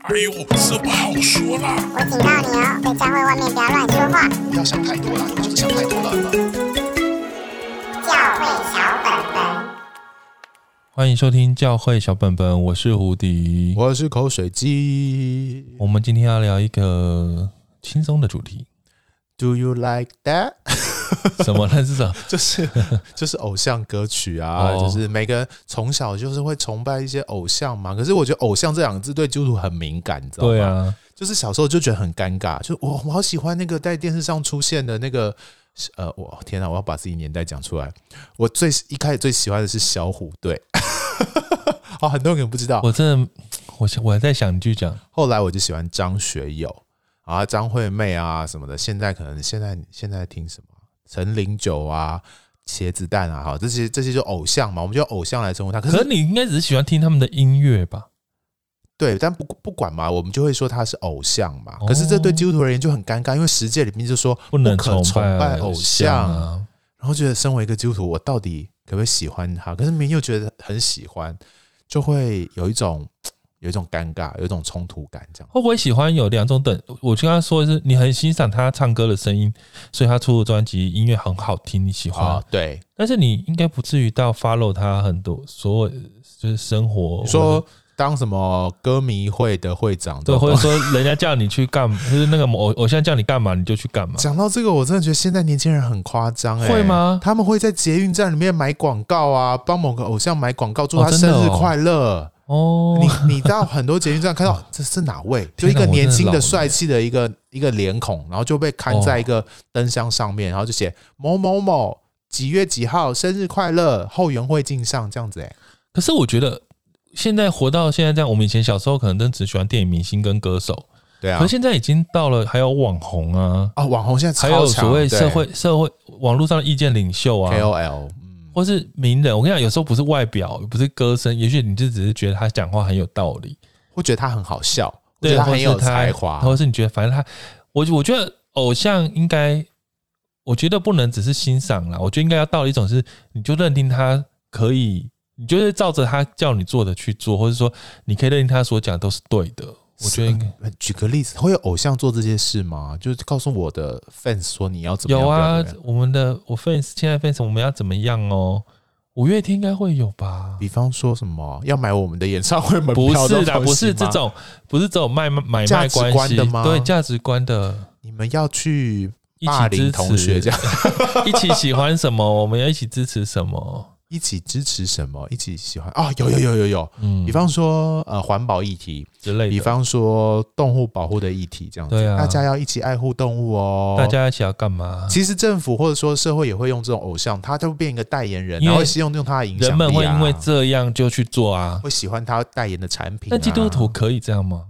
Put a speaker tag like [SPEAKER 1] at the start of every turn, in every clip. [SPEAKER 1] 哎呦，这不好说啦。
[SPEAKER 2] 我警告你哦，在教会外面不要乱说话。
[SPEAKER 3] 不要想太多了，你就是想太多了。
[SPEAKER 2] 教会小本本。
[SPEAKER 4] 欢迎收听教会小本本，我是胡迪。
[SPEAKER 5] 我是口水鸡。
[SPEAKER 4] 我们今天要聊一个轻松的主题，
[SPEAKER 5] Do you like that？
[SPEAKER 4] 什么呢？是什么？
[SPEAKER 5] 就是 就是偶像歌曲啊，
[SPEAKER 4] 哦
[SPEAKER 5] 就是每个人从小就是会崇拜一些偶像嘛。可是我觉得“偶像”这两个字对基督徒很敏感，你知道吗？
[SPEAKER 4] 对，啊，
[SPEAKER 5] 就是小时候就觉得很尴尬，就哦我我好喜欢那个在电视上出现的那个。呃，我天哪！我要把自己年代讲出来。我最一开始最喜欢的是小虎队， 哦，很多人可能不知道。
[SPEAKER 4] 我真的，我想我还在想一句讲，
[SPEAKER 5] 后来我就喜欢张学友啊、张惠妹啊什么的。现在可能现在现在听什么陈零九啊、茄子蛋啊，好这些这些就偶像嘛，我们就偶像来称呼他。可
[SPEAKER 4] 可
[SPEAKER 5] 是
[SPEAKER 4] 是你应该只是喜欢听他们的音乐吧？
[SPEAKER 5] 对，但不不管嘛，我们就会说他是偶像嘛。
[SPEAKER 4] 哦
[SPEAKER 5] 可是这对基督徒而言就很尴尬，因为十诫里面就说
[SPEAKER 4] 不能
[SPEAKER 5] 可崇
[SPEAKER 4] 拜
[SPEAKER 5] 偶
[SPEAKER 4] 像
[SPEAKER 5] 像
[SPEAKER 4] 啊！
[SPEAKER 5] 然后觉得身为一个基督徒，我到底可不可以喜欢他？可是明明又觉得很喜欢，就会有一种有一种尴尬，有一种冲突感，这样。
[SPEAKER 4] 会不会喜欢有两种等？我就跟他说的是，你很欣赏他唱歌的声音，所以他出的专辑音乐很好听，你喜欢。
[SPEAKER 5] 啊，对，
[SPEAKER 4] 但是你应该不至于到 follow 他很多所有就是生活，
[SPEAKER 5] 你
[SPEAKER 4] 或
[SPEAKER 5] 说
[SPEAKER 4] 者
[SPEAKER 5] 当什么歌迷会的会长
[SPEAKER 4] 对，
[SPEAKER 5] 这
[SPEAKER 4] 或
[SPEAKER 5] 种
[SPEAKER 4] 者说人家叫你去干， 就是那个某偶偶像叫你干嘛你就去干嘛。
[SPEAKER 5] 讲到这个，我真的觉得现在年轻人很夸张、欸，
[SPEAKER 4] 会吗
[SPEAKER 5] 他们会在捷运站里面买广告啊，帮某个偶像买广告，祝
[SPEAKER 4] 哦
[SPEAKER 5] 他
[SPEAKER 4] 真的
[SPEAKER 5] 生日
[SPEAKER 4] 哦
[SPEAKER 5] 快乐。
[SPEAKER 4] 哦，
[SPEAKER 5] 你你到很多捷运站看 到这是哪位？就一个
[SPEAKER 4] 天哪我真的
[SPEAKER 5] 年轻
[SPEAKER 4] 老了
[SPEAKER 5] 的、帅气的一
[SPEAKER 4] 哦
[SPEAKER 5] 个一个脸孔，然后就被刊在一个灯箱上面，然后就写某某某几月几号生日快乐，后援会敬上这样子、欸。
[SPEAKER 4] 可是我觉得现在活到现在这样，我们以前小时候可能真的只喜欢电影明星跟歌手，
[SPEAKER 5] 对啊
[SPEAKER 4] 可是，现在已经到了还有网红啊，
[SPEAKER 5] 啊，网红现在超
[SPEAKER 4] 还有
[SPEAKER 5] 强
[SPEAKER 4] 所谓
[SPEAKER 5] 对
[SPEAKER 4] 社会社会网络上的意见领袖啊。
[SPEAKER 5] KOL，嗯，
[SPEAKER 4] 或是名人，我跟你讲，有时候不是外表，不是歌声，也许你就只是觉得他讲话很有道理，
[SPEAKER 5] 会觉得他很好笑，我
[SPEAKER 4] 对，
[SPEAKER 5] 觉得他
[SPEAKER 4] 或
[SPEAKER 5] 很
[SPEAKER 4] 是
[SPEAKER 5] 有
[SPEAKER 4] 他
[SPEAKER 5] 才华，
[SPEAKER 4] 或是你觉得反正他，我我觉得偶像应该，我觉得不能只是欣赏啦，我觉得应该要到一种是，你就认定他可以，你就是照着他叫你做的去做，或者说你可以认定他所讲的都是对的。我觉得应该
[SPEAKER 5] 呃举个例子，会有偶像做这些事吗？就是告诉我的 fans 说你要怎么样？
[SPEAKER 4] 有啊
[SPEAKER 5] 不要怎么样，
[SPEAKER 4] 我们的我 fans 现在 fans 我们要怎么样哦？五月天应该会有吧？
[SPEAKER 5] 比方说什么要买我们的演唱会门
[SPEAKER 4] 不
[SPEAKER 5] 票
[SPEAKER 4] 是
[SPEAKER 5] 都
[SPEAKER 4] 的，
[SPEAKER 5] 好
[SPEAKER 4] 不是
[SPEAKER 5] 行
[SPEAKER 4] 这
[SPEAKER 5] 吗，
[SPEAKER 4] 种，不是这种卖买
[SPEAKER 5] 价
[SPEAKER 4] 卖
[SPEAKER 5] 值
[SPEAKER 4] 关
[SPEAKER 5] 观
[SPEAKER 4] 系
[SPEAKER 5] 的吗
[SPEAKER 4] 对价值观的。
[SPEAKER 5] 你们要去
[SPEAKER 4] 一起
[SPEAKER 5] 霸凌
[SPEAKER 4] 支持
[SPEAKER 5] 同学这样，
[SPEAKER 4] 一起喜欢什么，我们要一起支持什么。
[SPEAKER 5] 一起支持什么？一起喜欢啊、有有有有有，
[SPEAKER 4] 嗯
[SPEAKER 5] 比方说呃环保议题，
[SPEAKER 4] 之类的，
[SPEAKER 5] 比方说动物保护的议题，这样子，
[SPEAKER 4] 对啊
[SPEAKER 5] 大家要一起爱护动物哦，
[SPEAKER 4] 大家一起要干嘛？
[SPEAKER 5] 其实政府或者说社会也会用这种偶像，他就变一个代言人，
[SPEAKER 4] 因为
[SPEAKER 5] 然后希望用他的影响力、啊。
[SPEAKER 4] 人们会因为这样就去做啊。
[SPEAKER 5] 会喜欢他代言的产品、啊。
[SPEAKER 4] 那基督徒可以这样吗？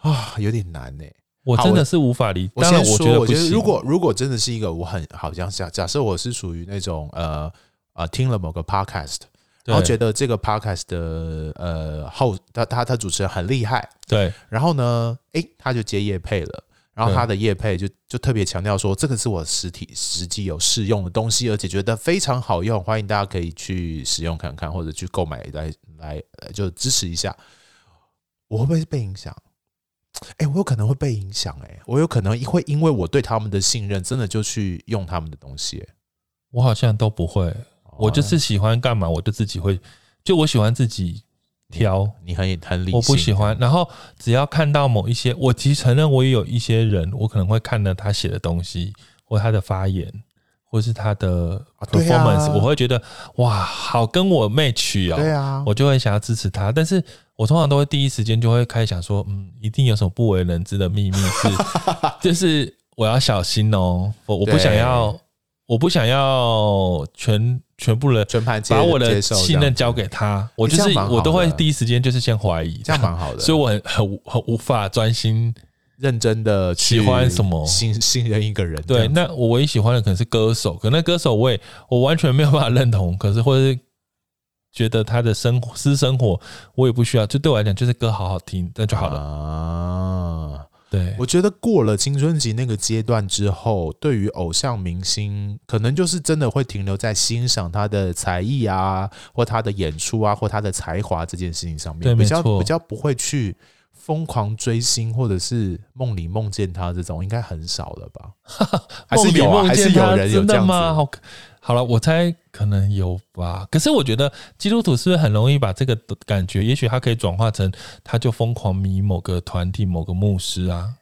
[SPEAKER 5] 啊，有点难呢、
[SPEAKER 4] 我
[SPEAKER 5] 好
[SPEAKER 4] 真
[SPEAKER 5] 我
[SPEAKER 4] 的是无法理。
[SPEAKER 5] 我
[SPEAKER 4] 当然，
[SPEAKER 5] 先
[SPEAKER 4] 我
[SPEAKER 5] 说，
[SPEAKER 4] 觉得
[SPEAKER 5] 我
[SPEAKER 4] 不
[SPEAKER 5] 觉得
[SPEAKER 4] 行。
[SPEAKER 5] 如果如果真的是一个我很好像假假设我是属于那种呃呃听了某个 podcast，
[SPEAKER 4] 对
[SPEAKER 5] 然后觉得这个 podcast 的呃后他他他主持人很厉害，
[SPEAKER 4] 对
[SPEAKER 5] 然后呢，诶、他就接叶配了。然
[SPEAKER 4] 嗯
[SPEAKER 5] 后他的叶配就就特别强调说，这个是我实体实际有试用的东西，而且觉得非常好用，欢迎大家可以去使用看看，或者去购买来来呃就支持一下。我会不会被影响？哎，我有可能会被影响，哎，我有可能会因为我对他们的信任，真的就去用他们的东西。诶
[SPEAKER 4] 我好像都不会，我就是喜欢干嘛，我就自己会，就我喜欢自己挑。
[SPEAKER 5] 你很很理性，
[SPEAKER 4] 我不喜欢，然后只要看到某一些，我其实承认我也有一些人，我可能会看了他写的东西，或他的发言，或是他的
[SPEAKER 5] 啊对啊
[SPEAKER 4] performance，、我会觉得哇，好跟我 match 哦，
[SPEAKER 5] 对啊，
[SPEAKER 4] 我就会想要支持他，但是我通常都会第一时间就会开始想说，嗯，一定有什么不为人知的秘密 是，就是我要小心哦，我我不
[SPEAKER 5] 对
[SPEAKER 4] 想要，我不想要全全部人
[SPEAKER 5] 全盘接
[SPEAKER 4] 把我的
[SPEAKER 5] 接受这样
[SPEAKER 4] 信任
[SPEAKER 5] 子
[SPEAKER 4] 交给他，我就
[SPEAKER 5] 这
[SPEAKER 4] 是
[SPEAKER 5] 样蛮好的
[SPEAKER 4] 我都会第一时间就是先怀疑，
[SPEAKER 5] 这样蛮 好的
[SPEAKER 4] 所以我很很无很无法专心。
[SPEAKER 5] 认真的
[SPEAKER 4] 喜欢什么
[SPEAKER 5] 信信任一个人，这
[SPEAKER 4] 对，
[SPEAKER 5] 样
[SPEAKER 4] 那我唯一喜欢的可能是歌手，可那歌手我也我完全没有办法认同，可是或者是觉得他的生活私生活我也不需要，就对我来讲就是歌好好听，那就好了。
[SPEAKER 5] 啊。
[SPEAKER 4] 对，
[SPEAKER 5] 我觉得过了青春期那个阶段之后，对于偶像明星，可能就是真的会停留在欣赏他的才艺啊，或他的演出啊，或他的才华这件事情上
[SPEAKER 4] 对
[SPEAKER 5] 面，
[SPEAKER 4] 没
[SPEAKER 5] 比较
[SPEAKER 4] 错
[SPEAKER 5] 比较不会去疯狂追星，或者是梦里梦见他这种，应该很少了 吧？还是有、
[SPEAKER 4] 梦里梦
[SPEAKER 5] 啊，还是
[SPEAKER 4] 见他
[SPEAKER 5] 有人有
[SPEAKER 4] 真
[SPEAKER 5] 这
[SPEAKER 4] 的
[SPEAKER 5] 样子
[SPEAKER 4] 吗？好，好了，我猜可能有吧。可是我觉得基督徒是不是很容易把这个感觉，也许他可以转化成，他就疯狂迷某个团体、某个牧师啊。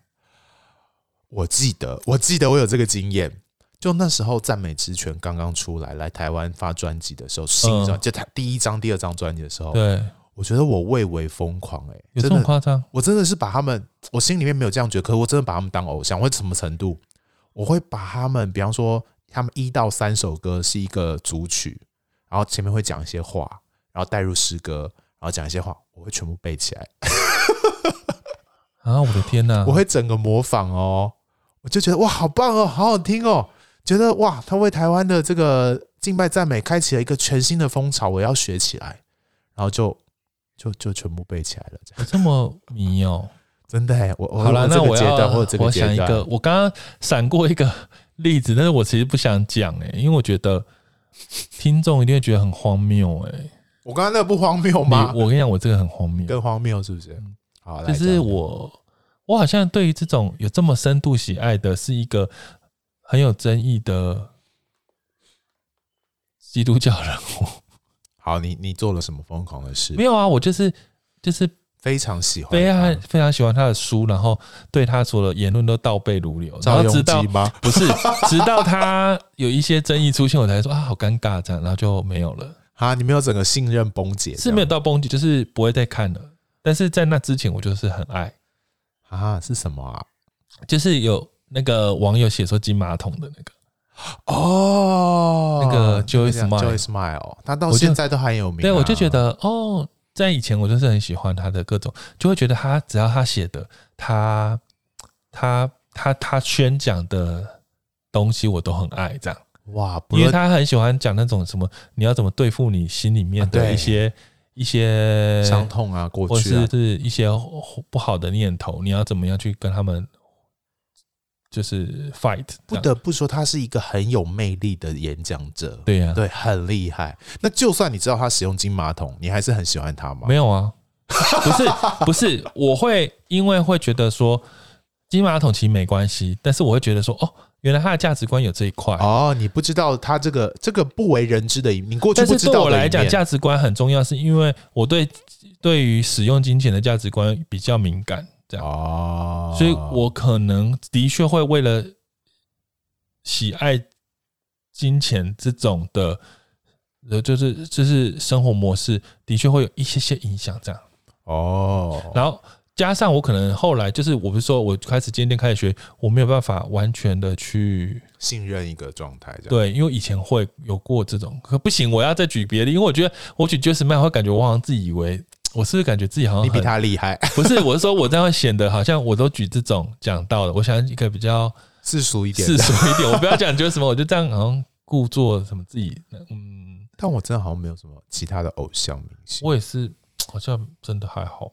[SPEAKER 5] 我记得，我记得我有这个经验。就那时候赞美之泉刚刚出来，来台湾发专辑的时候，新专、
[SPEAKER 4] 嗯
[SPEAKER 5] 就他第一张、第二张专辑的时候，
[SPEAKER 4] 对，
[SPEAKER 5] 我觉得我蔚为疯狂、欸，
[SPEAKER 4] 有这
[SPEAKER 5] 哦真
[SPEAKER 4] 么
[SPEAKER 5] 的，
[SPEAKER 4] 夸张？
[SPEAKER 5] 我真的是把他们，我心里面没有这样觉得，可我真的把他们当偶像，会什么程度？我会把他们，比方说，他们一到三首歌是一个组曲，然后前面会讲一些话，然后带入诗歌，然后讲一些话，我会全部背起来，
[SPEAKER 4] 啊，我的天哪、
[SPEAKER 5] 我会整个模仿哦，我就觉得哇，好棒哦，好好听哦，觉得哇，他为台湾的这个敬拜赞美开启了一个全新的风潮，我要学起来，然后就就就全部背起来了，这样
[SPEAKER 4] 有这么迷哦。
[SPEAKER 5] 真的、欸，我我
[SPEAKER 4] 好了，
[SPEAKER 5] 我
[SPEAKER 4] 那
[SPEAKER 5] 这个
[SPEAKER 4] 我
[SPEAKER 5] 阶
[SPEAKER 4] 要
[SPEAKER 5] 段或者这个
[SPEAKER 4] 我
[SPEAKER 5] 阶
[SPEAKER 4] 想
[SPEAKER 5] 段，
[SPEAKER 4] 一个，我刚刚闪过一个例子，但是我其实不想讲哎、因为我觉得听众一定会觉得很荒谬哎、
[SPEAKER 5] 我刚刚那个不荒谬
[SPEAKER 4] 你
[SPEAKER 5] 吗？
[SPEAKER 4] 我跟你讲，我这个很荒谬，
[SPEAKER 5] 更荒谬是不是？好，来
[SPEAKER 4] 就是
[SPEAKER 5] 讲
[SPEAKER 4] 我，我好像对于这种有这么深度喜爱的，是一个很有争议的基督教人物。
[SPEAKER 5] 好，你你做了什么疯狂的事
[SPEAKER 4] 没？有啊，啊我就是就是
[SPEAKER 5] 非常喜欢
[SPEAKER 4] 非常
[SPEAKER 5] 他
[SPEAKER 4] 非常喜欢他的书，然后对他所有的言论都倒背如流，然
[SPEAKER 5] 赵
[SPEAKER 4] 后直
[SPEAKER 5] 永
[SPEAKER 4] 到
[SPEAKER 5] 基吗？
[SPEAKER 4] 不是直到他有一些争议出现，我才说啊，好尴尬这样，然后就没有了，
[SPEAKER 5] 啊，你没有整个信任崩解，
[SPEAKER 4] 是没有到崩溃，就是不会再看了。但是在那之前，我就是很爱，
[SPEAKER 5] 啊？是什么啊？
[SPEAKER 4] 就是有那个网友写说金马桶的那个。
[SPEAKER 5] 哦，
[SPEAKER 4] 那个 Joy Smile
[SPEAKER 5] Joy Smile，他到
[SPEAKER 4] 我就
[SPEAKER 5] 现在都很有名啊。
[SPEAKER 4] 对，我就觉得哦，在以前我就是很喜欢他的各种，就会觉得他只要他写的，他他他他宣讲的东西我都很爱这样，
[SPEAKER 5] 哇，不
[SPEAKER 4] 因为
[SPEAKER 5] 论
[SPEAKER 4] 他很喜欢讲那种什么你要怎么对付你心里面
[SPEAKER 5] 啊
[SPEAKER 4] 的
[SPEAKER 5] 对
[SPEAKER 4] 一些、一些
[SPEAKER 5] 伤，痛啊，过
[SPEAKER 4] 或
[SPEAKER 5] 去啊
[SPEAKER 4] 是是一些不好的念头，你要怎么样去跟他们就是 fight 这
[SPEAKER 5] 不
[SPEAKER 4] 样
[SPEAKER 5] 得不说，他是一个很有魅力的演讲者。
[SPEAKER 4] 对啊呀、
[SPEAKER 5] 对，很厉害。那就算你知道他使用金马桶，你还是很喜欢他吗？
[SPEAKER 4] 没有啊，不 是不是，我会因为会觉得说金马桶其实没关系，但是我会觉得说哦，原来他的价值观有这一块。
[SPEAKER 5] 哦，你不知道他这个这个不为人知的一面，你过去
[SPEAKER 4] 但
[SPEAKER 5] 不
[SPEAKER 4] 是
[SPEAKER 5] 知
[SPEAKER 4] 对
[SPEAKER 5] 道
[SPEAKER 4] 我
[SPEAKER 5] 的
[SPEAKER 4] 来
[SPEAKER 5] 一
[SPEAKER 4] 讲，
[SPEAKER 5] 面。
[SPEAKER 4] 价值观很重要，是因为我对对于使用金钱的价值观比较敏感，这样，
[SPEAKER 5] 哦，
[SPEAKER 4] 所以我可能的确会为了喜爱金钱这种的，呃，就是就是生活模式，的确会有一些些影响，这样。
[SPEAKER 5] 哦，
[SPEAKER 4] 然后加上我可能后来就是，我不是说我开始渐渐开始学，我没有办法完全的去
[SPEAKER 5] 信任一个状态，这样
[SPEAKER 4] 对，因为我以前会有过这种，可不行，我要再举别的例，因为我觉得我举 Just Man 会感觉我好像自己以为我是不是感觉自己好像
[SPEAKER 5] 你比
[SPEAKER 4] 很
[SPEAKER 5] 他厉害，
[SPEAKER 4] 不是，我是说我这样会显得好像我都举这种讲到的，我想一个比较
[SPEAKER 5] 世俗一点
[SPEAKER 4] 世
[SPEAKER 5] 的。
[SPEAKER 4] 俗一 点，我不要讲 Just Man，我就这样好像故作什么自己，嗯，
[SPEAKER 5] 但我真的好像没有什么其他的偶像明星，
[SPEAKER 4] 我也是，好像真的还好。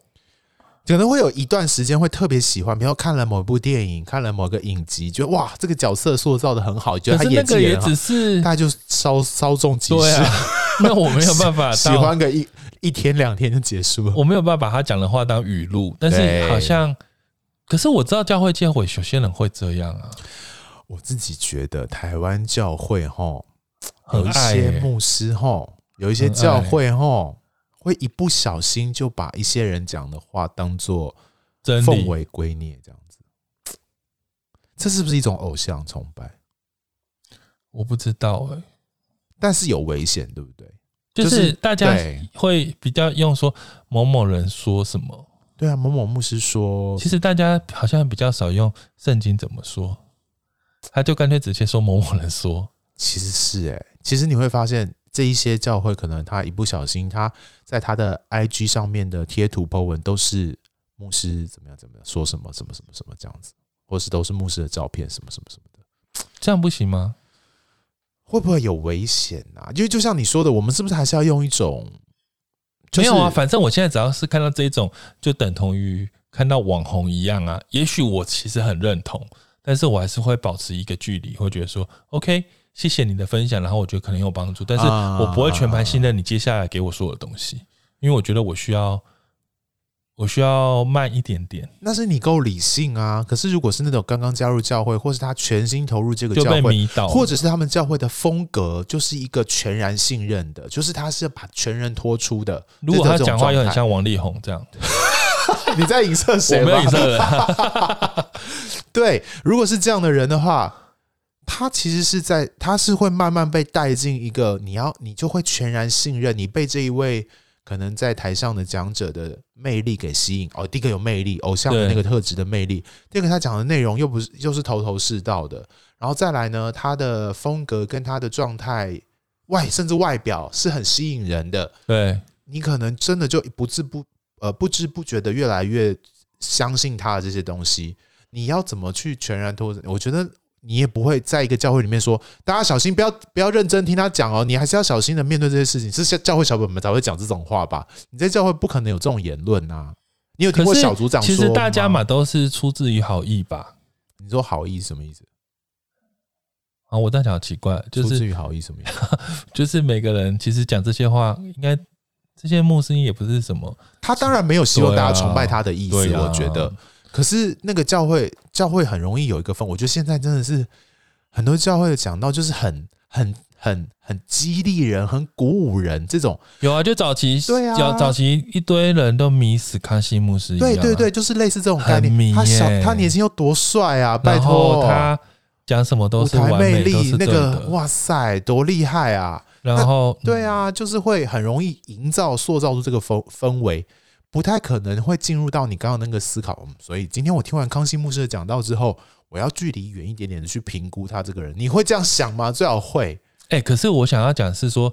[SPEAKER 5] 可能会有一段时间会特别喜欢，比如说看了某部电影，看了某个影集，觉得哇，这个角色塑造的很好，觉
[SPEAKER 4] 可
[SPEAKER 5] 得他
[SPEAKER 4] 是那
[SPEAKER 5] 演技
[SPEAKER 4] 个也
[SPEAKER 5] 很好
[SPEAKER 4] 只，是
[SPEAKER 5] 大家就稍稍纵即
[SPEAKER 4] 对
[SPEAKER 5] 逝
[SPEAKER 4] 啊，，那我没有办法
[SPEAKER 5] 喜
[SPEAKER 4] 到
[SPEAKER 5] 欢个一一天两天就结束了。
[SPEAKER 4] 我没有办法把他讲的话当语录，但是
[SPEAKER 5] 对
[SPEAKER 4] 好像，可是我知道教会界会有些人会这样啊，
[SPEAKER 5] 我自己觉得台湾教会吼，
[SPEAKER 4] 很
[SPEAKER 5] 有一
[SPEAKER 4] 爱
[SPEAKER 5] 些
[SPEAKER 4] 欸
[SPEAKER 5] 牧师吼，有一些
[SPEAKER 4] 很爱
[SPEAKER 5] 教会吼，会一不小心就把一些人讲的话当做
[SPEAKER 4] 真
[SPEAKER 5] 奉
[SPEAKER 4] 理
[SPEAKER 5] 为圭臬，这样子，这是不是一种偶像崇拜？
[SPEAKER 4] 我不知道哎、
[SPEAKER 5] 但是有危险，对不对？
[SPEAKER 4] 就
[SPEAKER 5] 就是
[SPEAKER 4] 是大家
[SPEAKER 5] 对
[SPEAKER 4] 会比较用说某某人说什么，
[SPEAKER 5] 对啊，某某牧师说，
[SPEAKER 4] 其实大家好像比较少用圣经怎么说，他就干脆直接说某某人说，
[SPEAKER 5] 其实是哎、其实你会发现这一些教会可能他一不小心，他在他的 IG 上面的贴图 po 文都是牧师怎么样怎么样说什么什么什么什么这样子，或是都是牧师的照片什么什么什么的，
[SPEAKER 4] 这样不行吗？
[SPEAKER 5] 会不会有危险啊？因为就像你说的，我们是不是还是要用一种、
[SPEAKER 4] 没有啊，
[SPEAKER 5] 就是
[SPEAKER 4] 反正我现在只要是看到这一种，就等同于看到网红一样啊。也许我其实很认同，但是我还是会保持一个距离，会觉得说，OK，谢谢你的分享，然后我觉得可能有帮助，但是
[SPEAKER 5] 啊
[SPEAKER 4] 我不会全盘信任你接下来给我所有的东西，因为我觉得我需要，我需要慢一点点，
[SPEAKER 5] 那是你够理性啊。可是如果是那种刚刚加入教会，或是他全心投入这个
[SPEAKER 4] 就
[SPEAKER 5] 教
[SPEAKER 4] 被
[SPEAKER 5] 会，
[SPEAKER 4] 迷倒了，
[SPEAKER 5] 或者是他们教会的风格，就是一个全然信任的，就是他是把全人托出的。
[SPEAKER 4] 如果他
[SPEAKER 5] 这种
[SPEAKER 4] 讲话又很
[SPEAKER 5] 状
[SPEAKER 4] 像王力宏这样，
[SPEAKER 5] 态，你在影射
[SPEAKER 4] 我
[SPEAKER 5] 谁
[SPEAKER 4] 没
[SPEAKER 5] 吗？
[SPEAKER 4] 有影射人啊，
[SPEAKER 5] 对，如果是这样的人的话，他其实是在，他是会慢慢被带进一个你要，你就会全然信任，你被这一位可能在台上的讲者的魅力给吸引。哦，第一个有魅力，偶像的那
[SPEAKER 4] 对
[SPEAKER 5] 个特质的魅力；第二个他讲的内容又不是又是头头是道的，然后再来呢，他的风格跟他的状态外，甚至外表是很吸引人的。
[SPEAKER 4] 对
[SPEAKER 5] 你可能真的就不自不呃不知不觉的越来越相信他的这些东西。你要怎么去全然脱？我觉得你也不会在一个教会里面说，大家小心，不要不要认真听他讲哦，你还是要小心的面对这些事情。是教会小本们才会讲这种话吧？你在教会不可能有这种言论啊！你有听过
[SPEAKER 4] 可是
[SPEAKER 5] 小组长
[SPEAKER 4] 其
[SPEAKER 5] 说
[SPEAKER 4] 实大家
[SPEAKER 5] 吗
[SPEAKER 4] 嘛，都是出自于好意吧。
[SPEAKER 5] 你说好意什么意思？
[SPEAKER 4] 啊，我这样讲好奇怪，就
[SPEAKER 5] 出自
[SPEAKER 4] 是
[SPEAKER 5] 于好意什么意思？
[SPEAKER 4] 就是每个人其实讲这些话，应该这些牧师也不是什么
[SPEAKER 5] 他当然没有希望
[SPEAKER 4] 对啊
[SPEAKER 5] 大家崇拜他的意思，
[SPEAKER 4] 对啊
[SPEAKER 5] 我觉得。可是那个教会，教会很容易有一个氛，我觉得现在真的是很多教会讲到就是很很很很激励人、很鼓舞人这种。
[SPEAKER 4] 有啊，就早期
[SPEAKER 5] 对啊
[SPEAKER 4] 早早期一堆人都迷死康熙牧师一样啊、
[SPEAKER 5] 对对对，就是类似这种概
[SPEAKER 4] 很迷
[SPEAKER 5] 念。他小
[SPEAKER 4] 耶
[SPEAKER 5] 他年轻又多帅啊！拜
[SPEAKER 4] 然后
[SPEAKER 5] 托，
[SPEAKER 4] 他讲什么都
[SPEAKER 5] 舞
[SPEAKER 4] 是
[SPEAKER 5] 台
[SPEAKER 4] 完
[SPEAKER 5] 魅
[SPEAKER 4] 美，都
[SPEAKER 5] 力
[SPEAKER 4] 是
[SPEAKER 5] 那
[SPEAKER 4] 对
[SPEAKER 5] 个
[SPEAKER 4] 的。
[SPEAKER 5] 哇塞，多厉害啊！
[SPEAKER 4] 然后嗯
[SPEAKER 5] 对啊，就是会很容易营造、塑造出这个氛氛围，不太可能会进入到你刚刚那个思考。嗯所以今天我听完康熙牧师的讲道之后，我要距离远一点点的去评估他这个人。你会这样想吗？最好会。
[SPEAKER 4] 哎、可是我想要讲是说，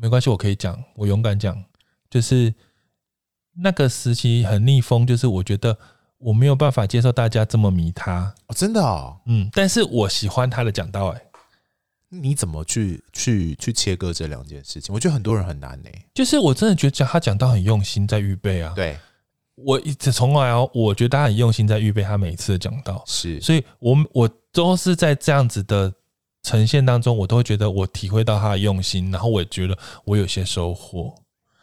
[SPEAKER 4] 没关系，我可以讲，我勇敢讲，就是那个时期很逆风，就是我觉得我没有办法接受大家这么迷他，
[SPEAKER 5] 哦、真的哦，
[SPEAKER 4] 嗯，但是我喜欢他的讲道、哎，
[SPEAKER 5] 你怎么去去去切割这两件事情？我觉得很多人很难呢、
[SPEAKER 4] 就是我真的觉得讲他讲到很用心在预备啊，
[SPEAKER 5] 对，
[SPEAKER 4] 我一直从来哦，我觉得他很用心在预备他每一次的讲道，
[SPEAKER 5] 是
[SPEAKER 4] 所以我我都是在这样子的呈现当中，我都会觉得我体会到他的用心，然后我也觉得我有些收获，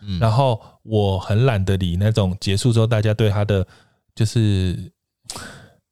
[SPEAKER 5] 嗯
[SPEAKER 4] 然后我很懒得理那种结束之后大家对他的就是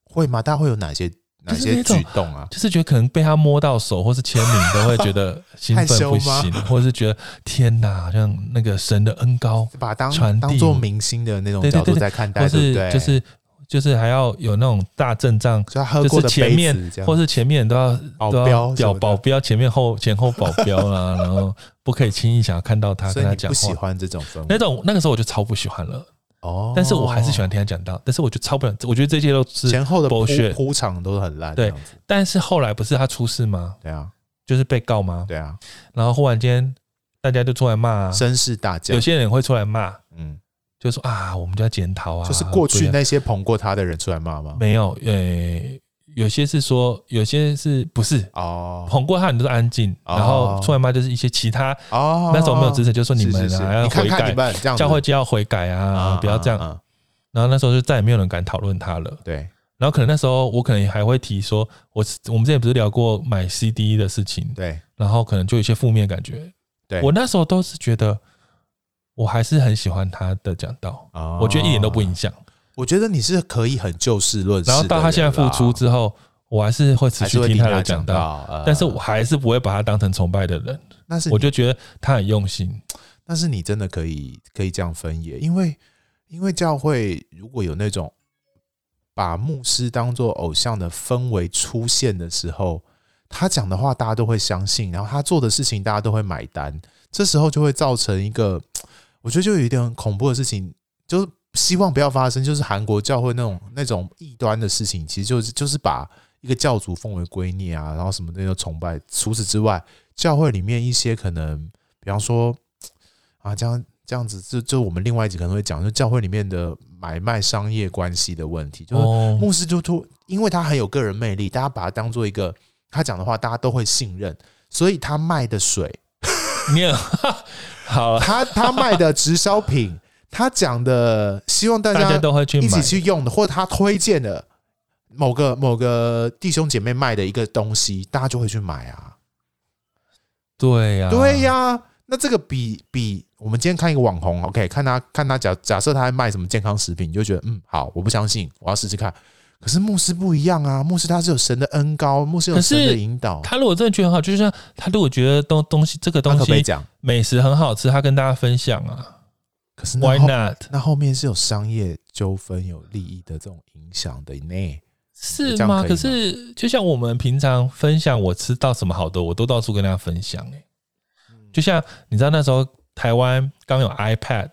[SPEAKER 5] 会吗？大家会有哪些哪
[SPEAKER 4] 就是
[SPEAKER 5] 些
[SPEAKER 4] 那种
[SPEAKER 5] 举动啊？
[SPEAKER 4] 就是觉得可能被他摸到手或是签名都会觉得兴奋不
[SPEAKER 5] 害羞吗
[SPEAKER 4] 行，或者是觉得天哪，好像那个神的恩高
[SPEAKER 5] 把它
[SPEAKER 4] 传
[SPEAKER 5] 当
[SPEAKER 4] 递
[SPEAKER 5] 当做明星的那种
[SPEAKER 4] 对对
[SPEAKER 5] 角
[SPEAKER 4] 对对
[SPEAKER 5] 度在看
[SPEAKER 4] 或
[SPEAKER 5] 待，对
[SPEAKER 4] 是
[SPEAKER 5] 不对？
[SPEAKER 4] 就是就是还要有那种大阵仗，
[SPEAKER 5] 就他喝
[SPEAKER 4] 就
[SPEAKER 5] 过
[SPEAKER 4] 是
[SPEAKER 5] 的
[SPEAKER 4] 前
[SPEAKER 5] 杯
[SPEAKER 4] 面
[SPEAKER 5] 子这样，
[SPEAKER 4] 或是前面都要
[SPEAKER 5] 保
[SPEAKER 4] 都
[SPEAKER 5] 镖
[SPEAKER 4] 要
[SPEAKER 5] 什么
[SPEAKER 4] 啊表
[SPEAKER 5] 的
[SPEAKER 4] 保镖，前面后 前后保镖啦，然后不可以轻易想要看到他
[SPEAKER 5] 所
[SPEAKER 4] 跟
[SPEAKER 5] 以
[SPEAKER 4] 他
[SPEAKER 5] 你
[SPEAKER 4] 讲
[SPEAKER 5] 不喜
[SPEAKER 4] 话。
[SPEAKER 5] 欢这种氛围
[SPEAKER 4] 那种那个时候我就超不喜欢了，
[SPEAKER 5] 哦，
[SPEAKER 4] 但是我还是喜欢听他讲到，但是我就超不了，我觉得这些都是
[SPEAKER 5] 前。后的铺
[SPEAKER 4] bullshit
[SPEAKER 5] 铺场都很烂，
[SPEAKER 4] 对
[SPEAKER 5] 这样子
[SPEAKER 4] 但是后来不是他出事吗？
[SPEAKER 5] 对啊，
[SPEAKER 4] 就是被告吗？
[SPEAKER 5] 对啊，
[SPEAKER 4] 然后忽然间大家就出来骂、啊，
[SPEAKER 5] 绅士大将
[SPEAKER 4] 有，些人会出来骂，
[SPEAKER 5] 嗯，
[SPEAKER 4] 就说啊，我们就要检讨啊，
[SPEAKER 5] 就是过去
[SPEAKER 4] 对啊
[SPEAKER 5] 那些捧过他的人出来骂吗？
[SPEAKER 4] 没有，呃、有些是说，有些是不是
[SPEAKER 5] 哦
[SPEAKER 4] 捧过他，你都是安静，
[SPEAKER 5] 哦
[SPEAKER 4] 然后出来骂就是一些其他
[SPEAKER 5] 哦，
[SPEAKER 4] 那时候没有支持，就说你
[SPEAKER 5] 是
[SPEAKER 4] 们
[SPEAKER 5] 是哦是
[SPEAKER 4] 啊要
[SPEAKER 5] 你
[SPEAKER 4] 悔
[SPEAKER 5] 看看
[SPEAKER 4] 改，
[SPEAKER 5] 你们这样子
[SPEAKER 4] 教会就要悔改啊，不要这，样。
[SPEAKER 5] 啊
[SPEAKER 4] 然后那时候就再也没有人敢讨论他了。
[SPEAKER 5] 对，
[SPEAKER 4] 然后可能那时候我可能还会提说，我我们之前不是聊过买 CD 的事情，
[SPEAKER 5] 对
[SPEAKER 4] 然后可能就有一些负面感觉。
[SPEAKER 5] 对，
[SPEAKER 4] 我那时候都是觉得，我还是很喜欢他的讲道，
[SPEAKER 5] 哦
[SPEAKER 4] 我觉得一点都不影响。
[SPEAKER 5] 我觉得你是可以很就事论事的
[SPEAKER 4] 然
[SPEAKER 5] 人啦，
[SPEAKER 4] 后到他现在复出之后，我还是会持
[SPEAKER 5] 还是
[SPEAKER 4] 续
[SPEAKER 5] 会
[SPEAKER 4] 听
[SPEAKER 5] 听
[SPEAKER 4] 他的
[SPEAKER 5] 讲
[SPEAKER 4] 讲道，，
[SPEAKER 5] 呃
[SPEAKER 4] 但是我还是不会把他当成崇拜的人，
[SPEAKER 5] 那是
[SPEAKER 4] 我
[SPEAKER 5] 我
[SPEAKER 4] 就觉得他很用心。
[SPEAKER 5] 但是你真的可以可以这样分野，因为因为教会如果有那种把牧师当做偶像的氛围出现的时候，他讲的话大家都会相信，然后他做的事情大家都会买单，这时候就会造成一个，我觉得就有一点很恐怖的事情，就是希望不要发生，就是韩国教会那种那种异端的事情，其实就是就是把一个教主奉为圭臬啊，然后什么那种崇拜。除此之外，教会里面一些可能，比方说啊，这样这样子，就就我们另外一集可能会讲，就教会里面的买卖商业关系的问题，就是
[SPEAKER 4] 哦，
[SPEAKER 5] 牧师就突，因为他很有个人魅力，大家把他当做一个他讲的话，大家都会信任，所以他卖的水，
[SPEAKER 4] 你也 好了，
[SPEAKER 5] 他他卖的直销品，他讲的，希望大
[SPEAKER 4] 大家
[SPEAKER 5] 家
[SPEAKER 4] 都会去
[SPEAKER 5] 一
[SPEAKER 4] 买
[SPEAKER 5] 起，去用的，或者他推荐的某个某个弟兄姐妹卖的一个东西，大家就会去买啊。
[SPEAKER 4] 对啊呀、
[SPEAKER 5] 对、呀、那这个比比我们今天看一个网红，OK，看他看他假假设他在卖什么健康食品，你就觉得嗯好，我不相信，我要试试看。可是牧师不一样啊，牧师他是有神的恩高，牧师有
[SPEAKER 4] 可
[SPEAKER 5] 神
[SPEAKER 4] 是
[SPEAKER 5] 的引导，
[SPEAKER 4] 他如果真的觉得很好，就像他如果觉得东东西这个
[SPEAKER 5] 他
[SPEAKER 4] 东
[SPEAKER 5] 可不可以
[SPEAKER 4] 西
[SPEAKER 5] 讲？
[SPEAKER 4] 美食很好吃，他跟大家分享啊
[SPEAKER 5] 可是那
[SPEAKER 4] ，Why
[SPEAKER 5] 后
[SPEAKER 4] not？
[SPEAKER 5] 那后面是有商业纠纷、有利益的这种影响的呢。
[SPEAKER 4] 是
[SPEAKER 5] 这样
[SPEAKER 4] 吗？
[SPEAKER 5] 可以
[SPEAKER 4] 可是就像我们平常分享我吃到什么好的，我都到处跟大家分享、欸。
[SPEAKER 5] 嗯
[SPEAKER 4] 就像你知道那时候台湾刚有 iPad，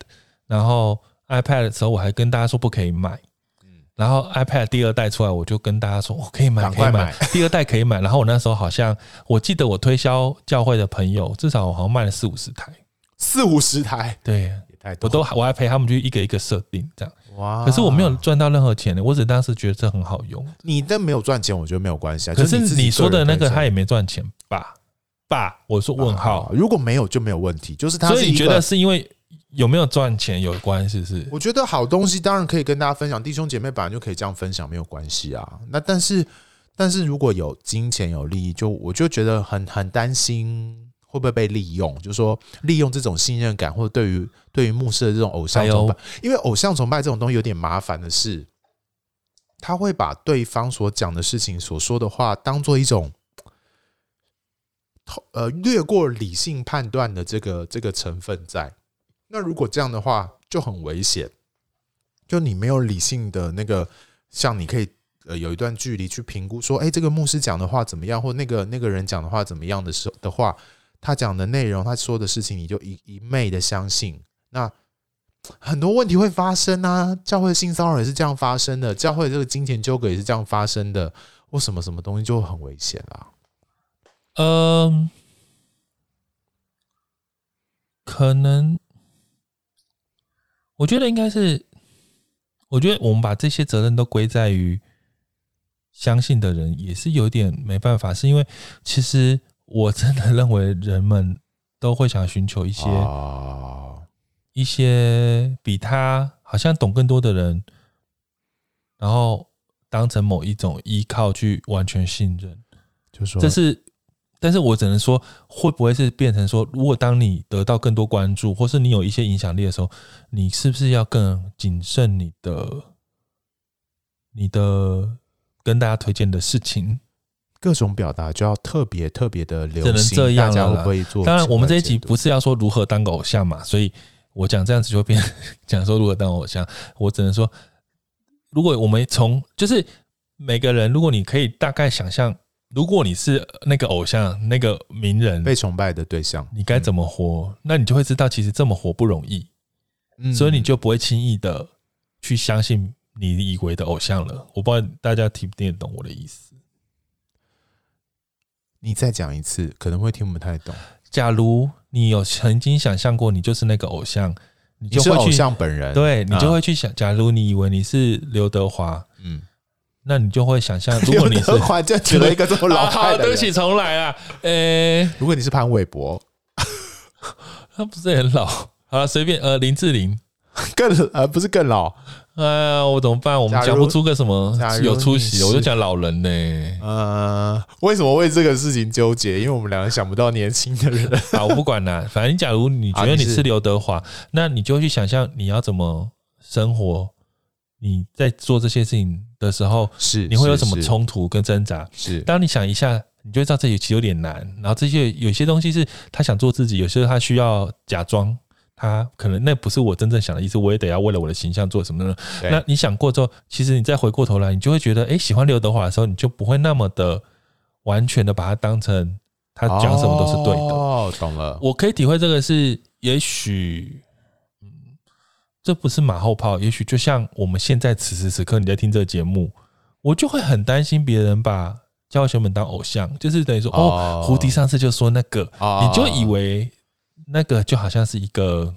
[SPEAKER 4] 然后 iPad 的时候我还跟大家说不可以买。
[SPEAKER 5] 嗯
[SPEAKER 4] 然后 iPad 第二代出来，我就跟大家说，我、哦可以买，
[SPEAKER 5] 赶
[SPEAKER 4] 可
[SPEAKER 5] 快
[SPEAKER 4] 以
[SPEAKER 5] 买
[SPEAKER 4] 买，第二代可以买。然后我那时候好像，我记得我推销教会的朋友，至少我好像卖了四五十台。
[SPEAKER 5] 四五十台，
[SPEAKER 4] 对，啊
[SPEAKER 5] 也太多
[SPEAKER 4] 我都我还陪他们去一个一个设定这样。
[SPEAKER 5] 哇！
[SPEAKER 4] 可是我没有赚到任何钱的，我只当时觉得这很好用。
[SPEAKER 5] 你的没有赚钱，我觉得没有关系啊。
[SPEAKER 4] 可
[SPEAKER 5] 啊就是自己
[SPEAKER 4] 你说
[SPEAKER 5] 个
[SPEAKER 4] 的
[SPEAKER 5] 人
[SPEAKER 4] 那个，他
[SPEAKER 5] 开销
[SPEAKER 4] 也没赚钱吧？吧，我说问号
[SPEAKER 5] 啊。如果没有就没有问题，就是它
[SPEAKER 4] 所
[SPEAKER 5] 是
[SPEAKER 4] 以你
[SPEAKER 5] 一
[SPEAKER 4] 觉得
[SPEAKER 5] 个。
[SPEAKER 4] 是因为有没有赚钱有关，是不是？
[SPEAKER 5] 我觉得好东西当然可以跟大家分享，弟兄姐妹本来就可以这样分享，没有关系啊。那但是，但是如果有金钱有利益，就我就觉得很很担心会不会被利用，就是说利用这种信任感，或者对于对于牧师的这种偶像
[SPEAKER 4] 还有
[SPEAKER 5] 崇拜，因为偶像崇拜这种东西有点麻烦的是，他会把对方所讲的事情、所说的话当做一种。透呃，略过理性判断的这个这个成分在，那如果这样的话就很危险，就你没有理性的那个，像你可以呃有一段距离去评估说，哎、这个牧师讲的话怎么样，或那个那个人讲的话怎么样的时候的话，他讲的内容，他说的事情，你就一一昧的相信，那很多问题会发生啊。教会性骚扰也是这样发生的，教会这个金钱纠葛也是这样发生的，或什么什么东西就很危险啊啦、
[SPEAKER 4] 嗯，可能，我觉得应该是，我觉得我们把这些责任都归在于相信的人，也是有点没办法，是因为其实我真的认为人们都会想寻求一些、
[SPEAKER 5] 哦，
[SPEAKER 4] 一些比他好像懂更多的人，然后当成某一种依靠去完全信任。
[SPEAKER 5] 就说
[SPEAKER 4] 这是，但是我只能说，会不会是变成说，如果当你得到更多关注，或是你有一些影响力的时候，你是不是要更谨慎你的、你的跟大家推荐的事情？
[SPEAKER 5] 各种表达就要特别特别的流
[SPEAKER 4] 只能
[SPEAKER 5] 行，
[SPEAKER 4] 这样
[SPEAKER 5] 大家
[SPEAKER 4] 了
[SPEAKER 5] 会
[SPEAKER 4] 啦
[SPEAKER 5] 不会做奇怪的解读？
[SPEAKER 4] 当然，我们这一集不是要说如何当个偶像嘛，所以我讲这样子就变 讲说如何当偶像，我只能说，如果我们从就是每个人，如果你可以大概想象，如果你是那个偶像、那个名人
[SPEAKER 5] 被崇拜的对象，
[SPEAKER 4] 你该怎么活，那你就会知道，其实这么活不容易，
[SPEAKER 5] 嗯
[SPEAKER 4] 所以你就不会轻易的去相信你以为的偶像了。我不知道大家听不听得懂我的意思。
[SPEAKER 5] 你再讲一次，可能会听不太懂。
[SPEAKER 4] 假如你有曾经想象过你就是那个偶像，你
[SPEAKER 5] 你
[SPEAKER 4] 就是会
[SPEAKER 5] 偶
[SPEAKER 4] 去
[SPEAKER 5] 像本人，
[SPEAKER 4] 对你就
[SPEAKER 5] 啊
[SPEAKER 4] 会去想。假如你以为你是刘德华，
[SPEAKER 5] 嗯，
[SPEAKER 4] 那你就会想 象，如果你是
[SPEAKER 5] 刘德华就娶了一个这么老
[SPEAKER 4] 啊好
[SPEAKER 5] 派的
[SPEAKER 4] 对不
[SPEAKER 5] 人，
[SPEAKER 4] 起，重来啊，呃，
[SPEAKER 5] 如果你是潘玮柏，
[SPEAKER 4] 他不是很老，好了，随便，呃，林志玲。
[SPEAKER 5] 更呃不是更老，
[SPEAKER 4] 哎，我怎么办？我们
[SPEAKER 5] 假如
[SPEAKER 4] 讲不出个什么
[SPEAKER 5] 假如
[SPEAKER 4] 有出
[SPEAKER 5] 你
[SPEAKER 4] 息，
[SPEAKER 5] 是
[SPEAKER 4] 我就讲老人呢、
[SPEAKER 5] 呃，为什么为这个事情纠结？因为我们两个想不到年轻的人，
[SPEAKER 4] 啊，我不管啦，反正假如你觉
[SPEAKER 5] 啊
[SPEAKER 4] 得
[SPEAKER 5] 你
[SPEAKER 4] 你
[SPEAKER 5] 是
[SPEAKER 4] 是刘德华，那你就去想象你要怎么生活，你在做这些事情的时候，
[SPEAKER 5] 是
[SPEAKER 4] 你会有什么
[SPEAKER 5] 是
[SPEAKER 4] 冲突跟挣扎？
[SPEAKER 5] 是
[SPEAKER 4] 当你想一下，你就会知道这其实有点难。然后这些有些东西是他想做自己，有些他需要假装。他可能那不是我真正想的意思，我也得要为了我的形象做什么呢？
[SPEAKER 5] 对
[SPEAKER 4] 那你想过之后，其实你再回过头来，你就会觉得，诶，喜欢刘德华的时候，你就不会那么的完全的把他当成他讲什么都是对的。
[SPEAKER 5] 哦，懂了。
[SPEAKER 4] 我可以体会这个是，也许，嗯，这不是马后炮，也许就像我们现在此时此刻你在听这个节目，我就会很担心别人把教学们当偶像，就是等于说，
[SPEAKER 5] 哦
[SPEAKER 4] 哦，胡迪上次就说那个，
[SPEAKER 5] 哦
[SPEAKER 4] 你就以为那个就好像是一个